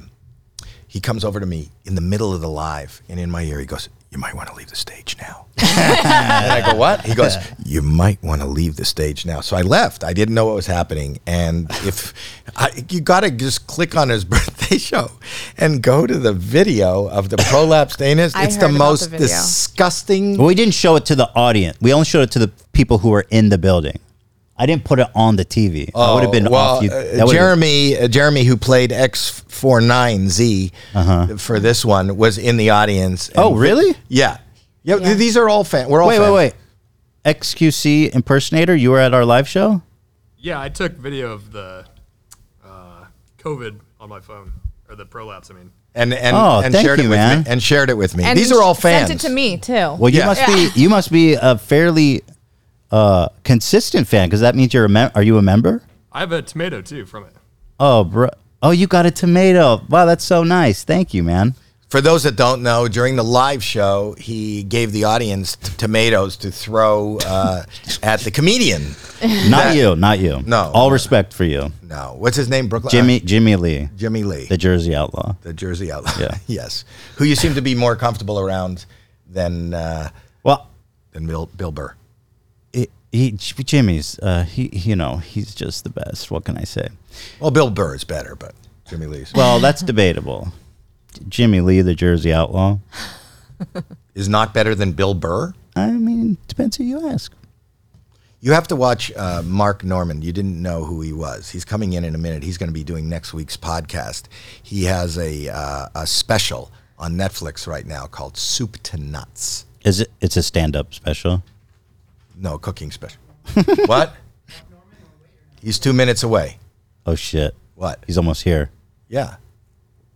S1: he comes over to me in the middle of the live, and in my ear he goes, "You might want to leave the stage now." and I go, "What?" He goes, "You might want to leave the stage now." So I left. I didn't know what was happening, and if I, you got to just click on his birthday show and go to the video of the prolapsed anus,
S8: I
S1: it's the
S8: heard about
S1: most
S8: the video.
S1: disgusting.
S3: Well, we didn't show it to the audience. We only showed it to the people who were in the building. I didn't put it on the TV. I would have been
S1: Oh, well,
S3: off. You,
S1: uh,
S3: that would've-
S1: Jeremy, uh, Jeremy, who played X 49 Z for this one, was in the audience. and-
S3: Uh-huh. Oh, really?
S1: Yeah. yeah. th- These are all fans. We're all
S3: Wait,
S1: fans.
S3: wait, wait. XQC impersonator, you were at our live show.
S4: Yeah, I took video of the uh, COVID on my phone or the prolapse. I mean,
S1: And and,
S3: Oh,
S1: and
S3: thank
S1: shared
S3: you,
S1: it with
S3: man.
S1: me. And shared it with me.
S8: And
S1: these are all
S8: she
S1: fans.
S8: Sent it to me too.
S3: Well, you
S1: Yeah.
S3: must be you must be a fairly uh, consistent fan because that means you're a mem- are you a member?
S4: I have a tomato too from it.
S3: Oh, bro. Oh, you got a tomato. Wow, that's so nice. Thank you, man.
S1: For those that don't know, during the live show, he gave the audience t- tomatoes to throw uh, at the comedian.
S3: Not you, not you.
S1: No. Uh,
S3: All respect for you,
S1: No, what's his name? Brooklyn
S3: Jimmy. Jimmy Lee,
S1: uh, Jimmy Lee.
S3: the Jersey Outlaw.
S1: the Jersey Outlaw.
S3: Yeah.
S1: yes, who you seem to be more comfortable around than uh,
S3: Well,
S1: than Bill, Bill Burr.
S3: it, he J- Jimmy's uh he you know he's just the best what can I say
S1: Well, Bill Burr is better, but Jimmy Lee's
S3: well that's debatable Jimmy Lee the Jersey Outlaw
S1: is not better than Bill Burr.
S3: I mean depends who you ask
S1: You have to watch uh, Mark Norman. You didn't know who he was. He's coming in in a minute. He's going to be doing next week's podcast. He has a uh, a special on Netflix right now called Soup to Nuts.
S3: is it it's a stand up special
S1: No, cooking special. what? He's two minutes away.
S3: oh shit
S1: What?
S3: he's almost here
S1: Yeah.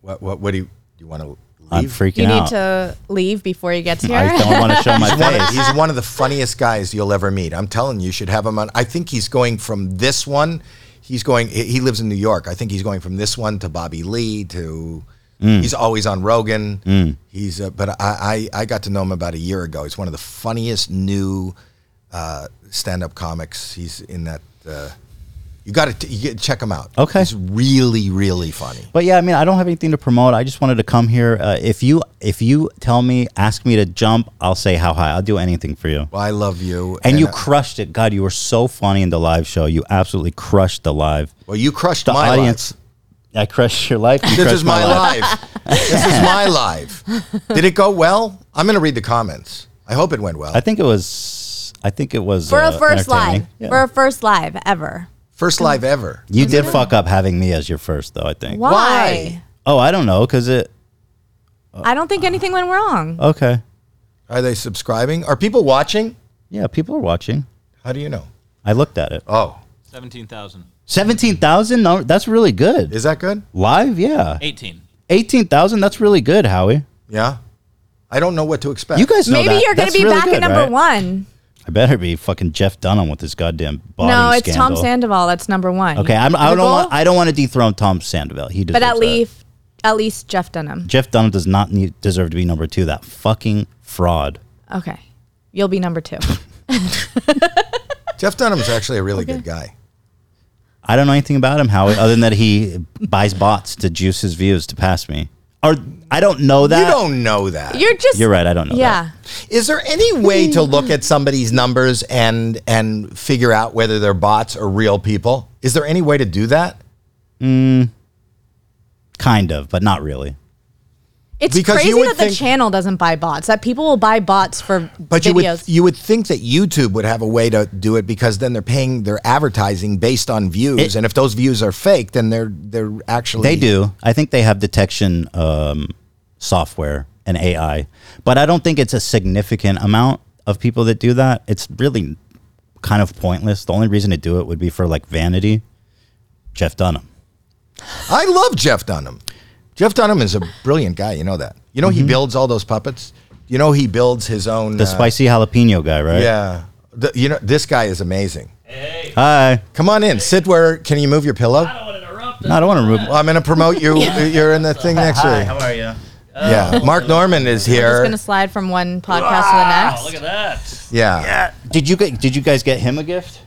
S1: What? What? What do you? Do you want to leave?
S3: I'm freaking
S8: you need
S3: out
S8: to leave before he gets here.
S3: I don't want to show my
S1: He's one, of,
S3: face
S1: he's one of the funniest guys you'll ever meet. I'm telling you, you should have him on. I think he's going from this one. he's going. He he lives in New York. I think he's going from this one to Bobby Lee to.
S3: Mm.
S1: He's always on Rogan. He's uh, but I, I I got to know him about a year ago. He's one of the funniest new uh, stand-up comics. He's in that. Uh, you got to you get, check him out.
S3: Okay.
S1: he's really really funny.
S3: But yeah, I mean, I don't have anything to promote. I just wanted to come here. Uh, if you if you tell me, ask me to jump, I'll say how high. I'll do anything for you.
S1: Well, I love you.
S3: And you
S1: uh,
S3: crushed it. God, you were so funny in the live show. You absolutely crushed the live.
S1: well, you crushed
S3: The
S1: my life.
S3: audience. I crushed your life. you
S1: This
S3: crushed
S1: is my, live. this is my live. Did it go well? I'm going to read the comments. I hope it went well.
S3: I think it was. I think it was
S8: for a
S3: uh,
S8: first
S3: entertaining.
S8: live,
S3: Yeah.
S8: for a first live ever.
S1: First live ever.
S3: you did fuck up having me as your first, though. I think.
S8: Why?
S3: Oh, I don't know, cause it.
S8: I don't think anything went wrong.
S3: Okay.
S1: Are they subscribing? Are people watching?
S3: Yeah, people are watching.
S1: How do you know?
S3: I looked at it.
S1: Oh,
S9: 17,000.
S3: Seventeen thousand. No, that's really good.
S1: is that good?
S3: live? Yeah.
S9: 18.
S3: Eighteen thousand. That's really good, Howie.
S1: Yeah. I don't know what to expect.
S3: You guys know
S8: Maybe
S3: that.
S8: you're going
S3: That's
S8: to be
S3: really
S8: back
S3: good,
S8: at number
S3: right?
S8: one.
S3: I better be fucking Jeff Dunham with this goddamn body
S8: no, it's
S3: scandal.
S8: Tom Sandoval that's number one.
S3: Okay, I'm, I
S8: The
S3: don't want.
S8: goal?
S3: I don't want to dethrone Tom Sandoval. He
S8: but
S3: deserves
S8: at
S3: that.
S8: least, at least Jeff Dunham.
S3: Jeff Dunham does not need, deserve to be number two. That fucking fraud.
S8: Okay, you'll be number two.
S1: Jeff Dunham's actually a really good guy.
S3: I don't know anything about him, Howie, other than that he buys bots to juice his views to pass me. Or I don't know that.
S1: you don't know that.
S8: You're just
S3: You're right. I don't know.
S8: Yeah,
S1: Is there any way to look at somebody's numbers and and figure out whether they're bots or real people? Is there any way to do that?
S3: that. kind of, but not really.
S8: it's
S1: Because you
S8: crazy
S1: would
S8: that
S1: think-
S8: the channel doesn't buy bots. That people will buy bots for
S1: But
S8: videos.
S1: you would you would think that YouTube would have a way to do it because then they're paying their advertising based on views,
S3: It-
S1: and if those views are fake, then they're they're actually
S3: They do. I think they have detection um, software and AI, but I don't think it's a significant amount of people that do that. It's really kind of pointless. The only reason to do it would be for like vanity. Jeff Dunham.
S1: I love Jeff Dunham. Jeff Dunham is a brilliant guy. You know that. You know he builds all those puppets. You know he builds his own.
S3: Mm-hmm. The
S1: uh,
S3: spicy jalapeno guy, right?
S1: Yeah. The- you know this guy is amazing.
S3: Hi.
S1: Come on in. Sit where. Can you move your pillow?
S3: No, I don't want to remove.
S1: Well, I'm going to promote you. You're in the thing next week.
S3: are Uh, you?
S1: Yeah. Mark Norman is
S8: just
S1: here.
S8: gonna slide from one podcast to the next.
S9: Look at that.
S1: Yeah.
S3: Did you get? Did you guys get him a gift?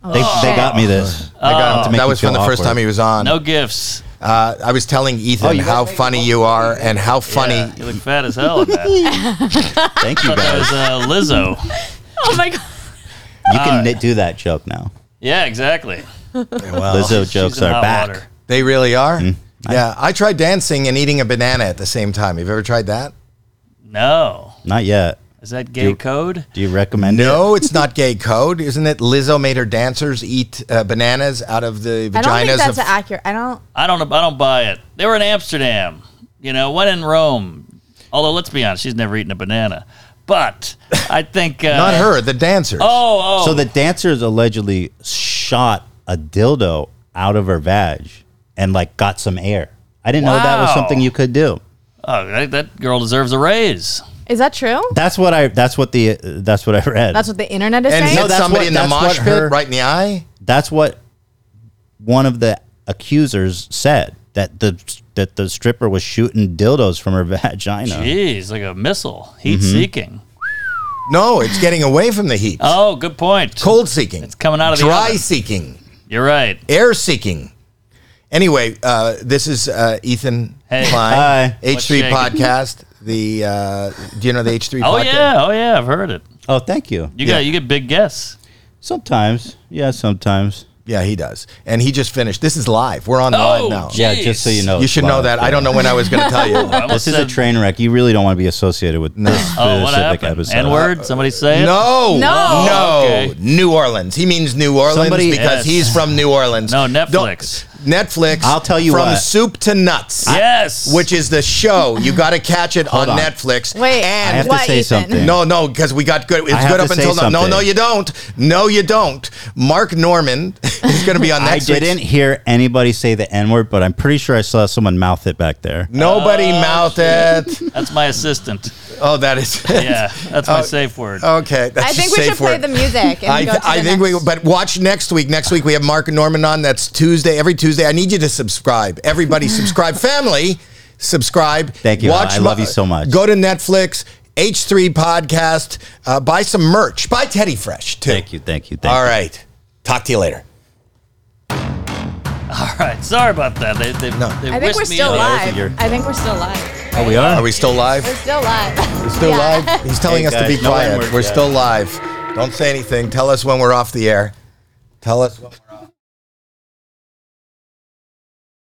S9: Oh,
S3: they, they got me this.
S1: I got
S3: To
S1: him.
S3: make
S1: That
S3: you
S1: was from
S3: feel
S1: the first
S3: awkward.
S1: time he was on.
S9: No gifts.
S1: Uh, I was telling
S3: Oh,
S1: Ethan
S3: you guys
S1: how
S3: make
S1: funny you are
S8: Oh.
S1: and how funny.
S9: Yeah, you look fat as hell in that.
S3: Thank you
S9: that
S3: guys.
S9: was uh, Lizzo.
S8: Oh my god!
S3: You can knit- do that joke now.
S9: Yeah, exactly.
S3: Lizzo jokes
S9: She's in
S3: are
S9: hot
S3: back.
S9: water.
S1: They really are.
S3: Hmm.
S1: Yeah. I tried dancing and eating a banana at the same time. Have you ever tried that?
S9: No.
S3: Not yet.
S9: Is that gay
S3: You-
S9: code?
S3: Do you recommend it?
S1: No, it's not gay code. Isn't it? Lizzo made her dancers eat uh, bananas out of the
S8: I don't
S1: vaginas
S8: think that's
S1: of.
S8: accurate. I don't.
S9: I don't. I don't buy it. They were in Amsterdam. You know, one in Rome. Although, let's be honest, she's never eaten a banana. But I think uh,
S1: not her, the dancers.
S9: Oh, oh.
S3: So the dancers allegedly shot a dildo out of her vag and like got some air. I didn't know that was
S9: Wow.
S3: something you could do.
S9: oh that, that girl deserves a raise.
S8: Is that true?
S3: That's what I. That's what the. that's what I read.
S8: That's what the internet is
S1: and
S8: saying.
S1: hit
S3: No, that's
S1: somebody
S3: what-
S1: in the
S3: that's
S1: mosh
S3: what
S1: pit
S3: her-
S1: right in the eye.
S3: That's what one of the accusers said that the that the stripper was shooting dildos from her vagina.
S9: Jeez, like a missile, heat seeking.
S1: No, it's getting away from the heat.
S9: Oh, good point.
S1: Cold seeking. It's
S9: coming out of the
S1: dry
S9: oven.
S1: seeking,
S9: You're right.
S1: air seeking. Anyway, uh, this is uh, Ethan
S9: Hey.
S1: Klein,
S3: Hi.
S1: H three
S9: What's shaking?
S1: podcast. The uh, do you know the H three?
S9: Oh
S1: podcast?
S9: yeah, oh yeah. I've heard it.
S3: Oh, thank you.
S9: You
S1: Yeah.
S9: got you get big guess.
S3: Sometimes, yeah, sometimes.
S1: yeah, he does. And he just finished. This is live. We're on
S9: Oh,
S1: live now.
S3: Yeah, just so you
S9: Jeez.
S3: know.
S1: You should know that. I don't know when I was going to tell you.
S9: I almost
S3: This is a
S9: said-
S3: train wreck. You really don't want to be associated with this
S9: Oh, what
S3: specific
S9: happened?
S3: episode.
S9: N word? Somebody say it.
S1: No, no,
S9: Okay.
S1: New Orleans. He means New Orleans
S3: Somebody-
S1: because
S9: Yes.
S1: he's from New Orleans.
S9: No,
S1: Don't-
S9: Netflix.
S1: Netflix.
S3: I'll tell you
S1: from
S3: what.
S1: soup to nuts.
S9: Yes.
S1: which is the show. You got to catch it on,
S3: on.
S1: Netflix.
S8: Wait,
S3: I have
S1: and
S3: to
S8: What,
S3: say
S8: Ethan?
S3: something.
S1: no, no, because we got good.
S3: I
S1: It's
S3: have
S1: good
S3: to
S1: up
S3: say
S1: until now. No,
S3: something.
S1: no, you don't. No, you don't. Mark Norman is going to be on Netflix.
S3: I didn't hear anybody say the N word, but I'm pretty sure I saw someone mouth it back there.
S1: Nobody mouth it.
S9: Oh, That's my assistant.
S1: Oh, that is.
S9: Yeah,
S3: Oh,
S9: that's my safe word.
S1: Okay, that's
S8: I think
S1: a
S8: we should
S1: safe
S8: play
S1: word.
S8: the music. And
S1: I,
S8: go to the
S1: I think
S8: next.
S1: we, but watch next week. Next week we have Mark and Norman on. That's Tuesday. Every Tuesday, I need you to subscribe. Everybody, subscribe. Family, subscribe.
S3: Thank you. I love
S1: Ma-
S3: you so much.
S1: Go to Netflix. H3 podcast. Uh, buy some merch. Buy Teddy Fresh too.
S3: Thank you, thank you, thank
S1: All
S3: you.
S1: right. Talk to you later.
S9: All right, sorry about that. They, they,
S1: No.
S9: they
S8: I think we're
S9: whisked me
S8: still
S9: up.
S3: think you're-
S8: live. I think we're still live.
S3: Oh, we are?
S1: Are we still live?
S8: We're still live.
S1: We're still
S8: Yeah.
S1: live. He's telling
S3: Hey,
S1: us to
S3: guys,
S1: be
S3: no
S1: quiet.
S3: N-word
S1: we're
S3: yet.
S1: still live. Don't say anything. Tell us when we're off the air. Tell us. When we're